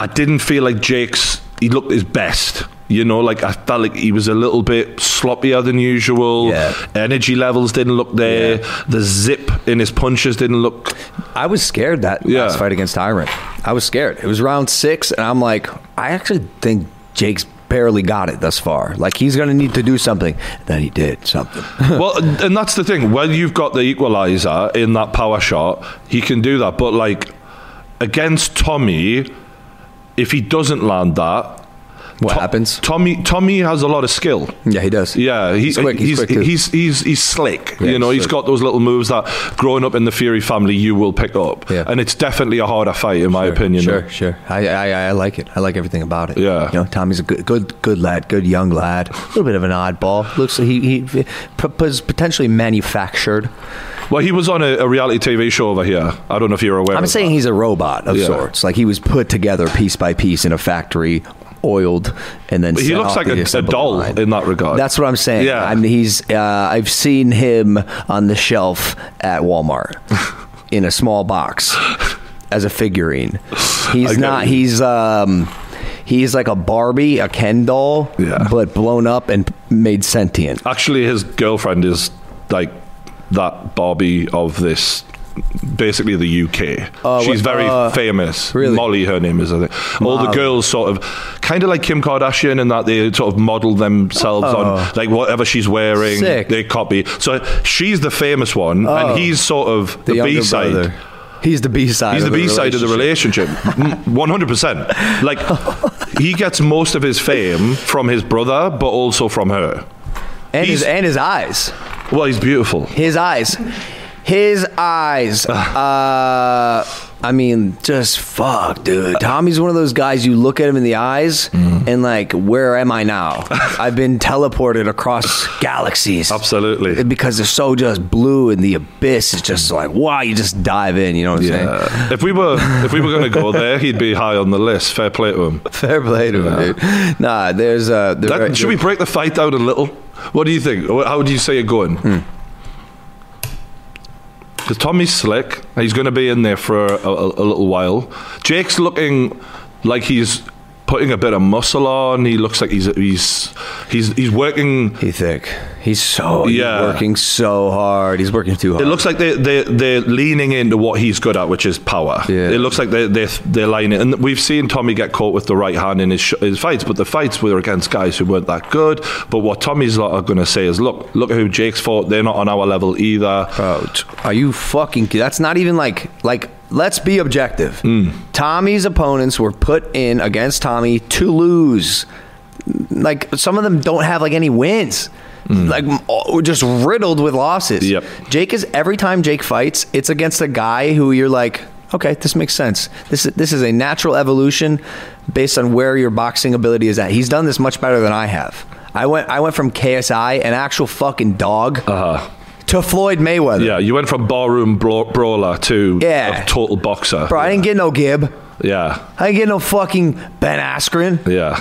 I didn't feel like Jake's he looked his best. You know, like I felt like he was a little bit sloppier than usual. Yeah. Energy levels didn't look there. The zip in his punches didn't look. I was scared that Yeah. last fight against Tyrant. I was scared. It was round six, and I'm like, I actually think Jake's barely got it thus far. Like he's gonna need to do something. Then he did something. well, and and that's the thing. When you've got the equalizer in that power shot, he can do that. But like against Tommy, if he doesn't land that, What To- happens? Tommy Tommy has a lot of skill. Yeah, he does. Yeah, he- He's quick, he's He's quick too. he's, he's he's slick. Yeah, you know, he's he's slick. got those little moves that growing up in the Fury family, you will pick up. Yeah. And it's definitely a harder fight, in my opinion. Sure, sure. I, I I like it. I like everything about it. Yeah. You know, Tommy's a good good good lad, good young lad. A little bit of an oddball. Looks like he he p- was potentially manufactured. Well, he was on a, a reality TV show over here. I don't know if you're aware. I'm of saying that. he's a robot of Yeah. sorts. Like he was put together piece by piece in a factory, oiled, and then He sent looks off like the a- a assembly doll line. in that regard. That's what I'm saying. Yeah. I mean, he's. Uh, I've seen him on the shelf at Walmart in a small box as a figurine. I He's get not. you. He's. um He's like a Barbie, a Ken doll, Yeah. but blown up and made sentient. Actually, his girlfriend is like that Barbie of this, basically the UK. Uh, She's wh- very uh, famous. really? Molly, her name is, I think. All the Molly. girls sort of, kind of like Kim Kardashian, in that they sort of model themselves on like whatever she's wearing. Oh. Sick. Oh. They copy. So she's the famous one, and he's sort of the, younger B side. brother. He's the B side. He's the of B side of the relationship. relationship, one hundred percent. Like he gets most of his fame from his brother, but also from her. and his he's- and his eyes. Well, he's beautiful. His eyes. His eyes. Uh, I mean, just fuck, dude. Uh, Tommy's one of those guys you look at him in the eyes Mm-hmm. and like, where am I now? I've been teleported across galaxies. Absolutely. Because they're so just blue and the abyss is just like, wow, you just dive in, you know what I'm saying? Yeah. Uh, if we were if we were going to go there, he'd be high on the list. Fair play to him. Fair play to him, dude. Nah, there's uh That- should we break the fight down a little? What do you think? Wh- How do you say it going? Because Tommy's slick. He's going to be in there for a, a, a little while. Jake's looking like he's putting a bit of muscle on. He looks like he's he's he's he's working. He thick. He's so he's Yeah. working so hard. He's working too hard. It looks like they they they're leaning into what he's good at, which is power. Yeah. It looks like they they they're lining, and we've seen Tommy get caught with the right hand in his sh- his fights, but the fights were against guys who weren't that good. But what Tommy's lot are going to say is, look, look at who Jake's fought. They're not on our level either. Bro, t- are you fucking? ki- That's not even like like. Let's be objective. Mm. Tommy's opponents were put in against Tommy to lose. Like some of them don't have like any wins. Like m- all- we're just riddled with losses. Mm. Yep. Jake is every time Jake fights, it's against a guy who you're like, okay, this makes sense. This is, this is a natural evolution based on where your boxing ability is at. He's done this much better than I have. I went I went from KSI, an actual fucking dog, Uh-huh. to Floyd Mayweather. Yeah, you went from barroom bra- brawler to Yeah. a total boxer. Bro, I didn't get no Gibb. yeah, I didn't get no fucking Ben Askren. yeah.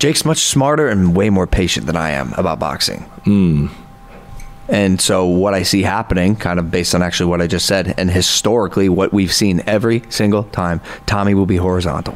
Jake's much smarter and way more patient than I am about boxing. Hmm. And so, what I see happening, kind of based on actually what I just said, and historically what we've seen every single time, Tommy will be horizontal,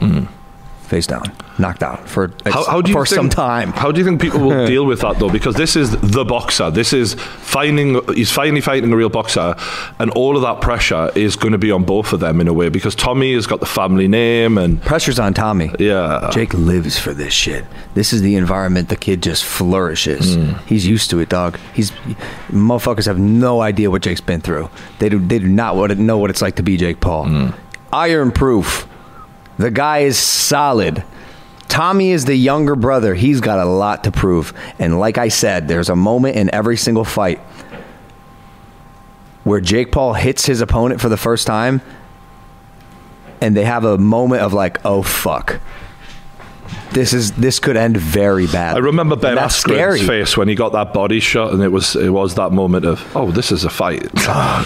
face down, knocked out for Hmm. How, how do you for think, some time. How do you think people will deal with that though? Because this is the boxer. This is finding. He's finally fighting a real boxer, and all of that pressure is going to be on both of them in a way. Because Tommy has got the family name, and Pressure's on Tommy. yeah, Jake lives for this shit. This is the environment the kid just flourishes. He's used to it, dog. He's motherfuckers have no idea what Jake's been through. They do they do not what know what it's like to be Jake Paul. Iron proof. The guy is solid. Tommy is the younger brother. He's got a lot to prove. And like I said, there's a moment in every single fight where Jake Paul hits his opponent for the first time and they have a moment of like, oh fuck. This is this could end very bad. I remember Ben And that's Askren's scary. face when he got that body shot, and it was it was that moment of oh, this is a fight. Dog,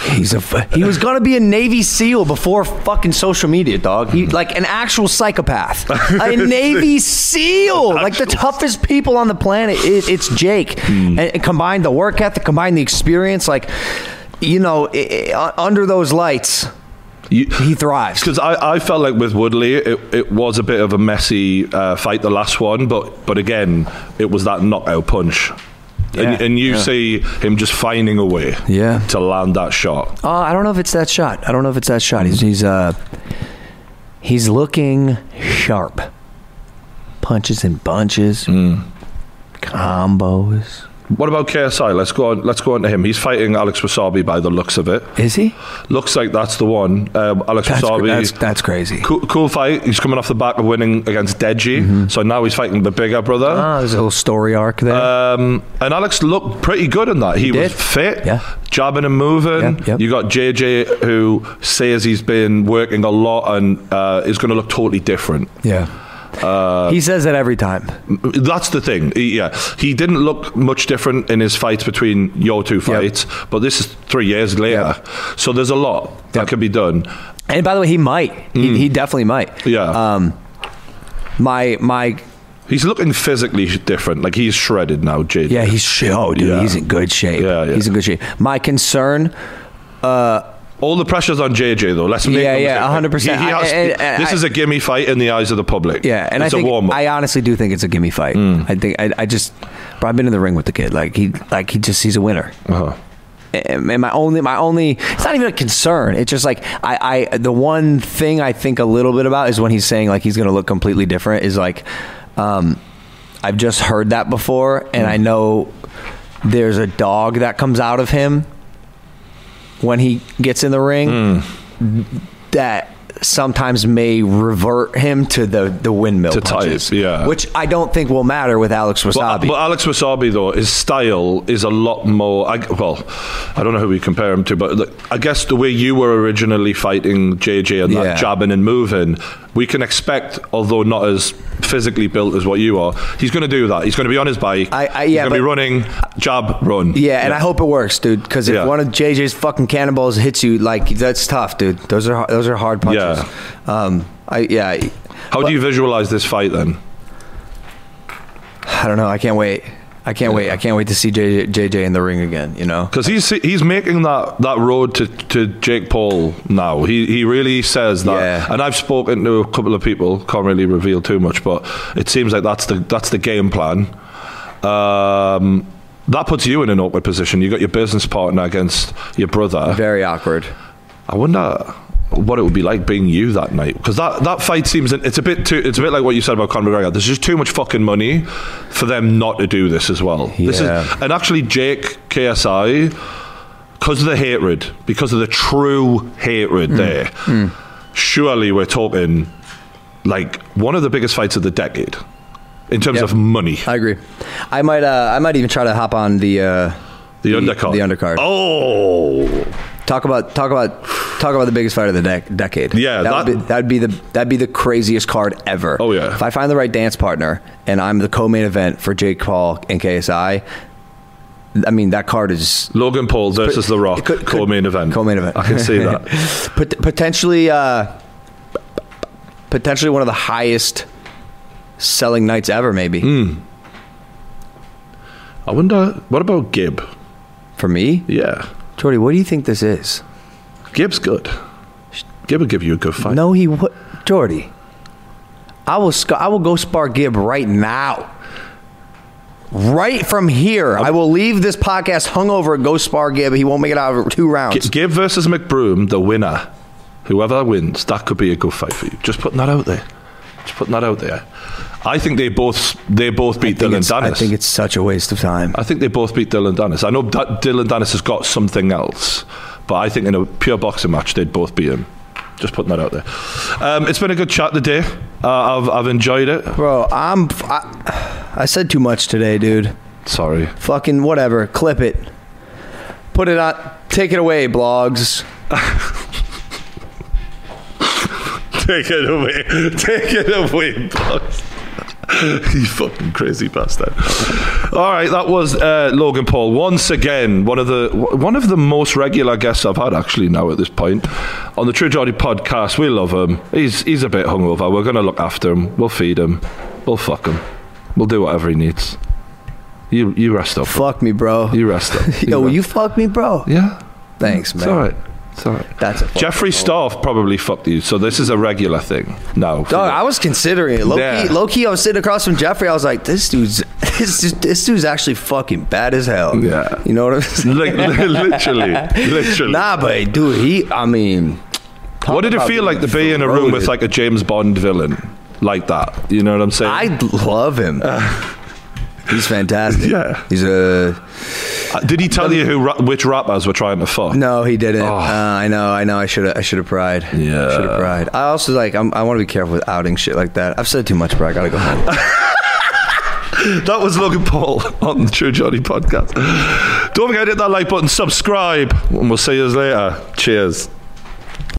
Oh, he's a f- he was gonna be a Navy SEAL before fucking social media, dog. He like an actual psychopath, a Navy SEAL, like the toughest people on the planet. It, it's Jake, Hmm. and, and combine the work ethic, combine the experience, like you know, i i under those lights, You- he thrives. Because I, I felt like with Woodley, it, it was a bit of a messy uh, fight, the last one, but but again, it was that knockout punch. And, Yeah. and you see him just finding a way Yeah. to land that shot. Uh, I don't know if it's that shot. I don't know if it's that shot. He's he's uh he's looking sharp. Punches and bunches, Mm. combos. What about KSI? Let's go on. Let's go on to him. He's fighting Alex Wasabi by the looks of it. Is he? Looks like that's the one. Um, Alex That's, Wasabi. cra- that's that's crazy. Cool, cool fight. He's coming off the back of winning against Deji, Mm-hmm. so now he's fighting the bigger brother. Ah, there's a little story arc there. Um, and Alex looked pretty good in that. He, was did. fit, Yeah. jabbing and moving. Yep, yep. You got JJ who says he's been working a lot and uh, is going to look totally different. yeah. uh, he says that every time. That's the thing. He- yeah, he didn't look much different in his fights between your two fights, but this is three years later. So there's a lot that Yep. can be done. And by the way, he might. He, he definitely might. Mm. Yeah. Um, my my He's looking physically different. Like he's shredded now, JJ. Yeah, he's sh- oh, dude, Yeah. he's in good shape. Yeah, yeah. He's in good shape. My concern All the pressure's on JJ though. Let's make Yeah, no yeah, mistake. 100%. He- he has- I- and- and this I- is a gimme fight in the eyes of the public. Yeah, and it's I think a Mm. warm up. I honestly do think it's a gimme fight. I think I, I just, bro, I've been in the ring with the kid. Like he, like he just, he's a winner. Uh-huh. And and my only, my only, it's not even a concern. It's just like I, I, the one thing I think a little bit about is when he's saying like he's going to look completely different. Is like, um, I've just heard that before, and Mm. I know there's a dog that comes out of him when he gets in the ring Mm. that sometimes may revert him to the the windmill To type, punches, yeah. which I don't think will matter with Alex But, Wasabi. but Alex Wasabi, though, his style is a lot more. I, well, I don't know who we compare him to, but the, I guess the way you were originally fighting JJ and that Yeah. jabbing and moving, we can expect, although not as physically built as what you are, he's going to do that. He's going to be on his bike. I- I- he's yeah, going to be but- running, jab, run. yeah, and I hope it works, dude. Because if Yeah. one of JJ's fucking cannonballs hits you, like that's tough, dude. Those are those are hard punches. Um, I yeah. I- How do you visualize this fight then? I don't know. I can't wait. I can't wait. I can't wait to see JJ, JJ in the ring again. You know. Because he's he's making that, that road to, to Jake Paul now. He he really says that, Yeah. and I've spoken to a couple of people. Can't really reveal too much, but it seems like that's the that's the game plan. Um, that puts you in an awkward position. You got your business partner against your brother. Very awkward. I wonder what it would be like being you that night because that, that fight seems it's a bit too it's a bit like what you said about Conor McGregor. There's just too much fucking money for them not to do this as well. This Yeah. is and actually Jake KSI because of the hatred, because of the true hatred Mm. there. Surely we're talking like one of the biggest fights of the decade in terms Yep. of money. I agree. I might. Uh, I might even try to hop on the. Uh, the, undercard. The undercard. Oh, Talk about talk about Talk about the biggest fight of the dec- decade. Yeah, that, would be, that- that'd be the that'd be the craziest card ever. Oh, yeah. If I find the right dance partner and I'm the co-main event for Jake Paul and KSI, I mean that card is Logan Paul versus The Rock, could- could- co-main event. co-main event. I can see that. pot- potentially uh, potentially one of the highest selling nights ever. Maybe Hmm. I wonder, what about Gibb? for me, Yeah. Jordy. What do you think this is? Gibb's good. Gibb will give you a good fight. No, he what, Jordy. I will. Sc- I will go spar Gibb right now. Right from here, i will leave this podcast hungover. and Go spar Gibb. He won't make it out of two Gi- rounds. Gibb versus McBroom, the winner, whoever wins, that could be a good fight for you. Just putting that out there. Just putting that out there. I think they both they both beat I think Dylan it's- I Dennis. think it's such a waste of time. I think they both beat Dylan Dennis. I know that Dylan Dennis has got something else, but I think in a pure boxing match, they'd both beat him. Just putting that out there. Um, it's been a good chat today. Uh, I've, I've enjoyed it. Bro, I'm. I, I said too much today, dude. Sorry. Fucking whatever. Clip it. Put it on. Take it away, blogs. Take it away. Take it away, boss. you fucking crazy bastard. All right, that was uh, Logan Paul once again. One of the one of the most regular guests I've had actually now at this point on the True Geordie podcast. We love him. He's he's a bit hungover. We're gonna look after him. We'll feed him. We'll fuck him. We'll do whatever he needs. You you rest up. Fuck me, bro. You rest up. Yo, will rest- you fuck me, bro? Yeah. Thanks, man. It's all right. It's all right. That's a. Jeffrey Staff probably fucked you, so this is a regular thing now. Dog, I was considering it. Low Yeah. key, low key, I was sitting across from Jeffrey. I was like, this dude's, this, dude- this dude's actually fucking bad as hell. Yeah. you know what I'm saying? Like, li- literally, literally. Nah, but dude, he. I mean, what did it about feel like to being be in a room with corroded. like a James Bond villain like that? You know what I'm saying? I love him. He's fantastic. Uh. Yeah. he's a. Uh, Did he tell you who ra- which rappers were trying to fuck? No, he didn't. Oh. Uh, I know, I know. I should have, I should have pried. Yeah. should have pried. I also like, I'm, I want to be careful with outing shit like that. I've said too much, bro. I gotta go home. That was Logan Paul on the True Johnny podcast. Don't forget to hit that like button, subscribe, and we'll see you later. Cheers.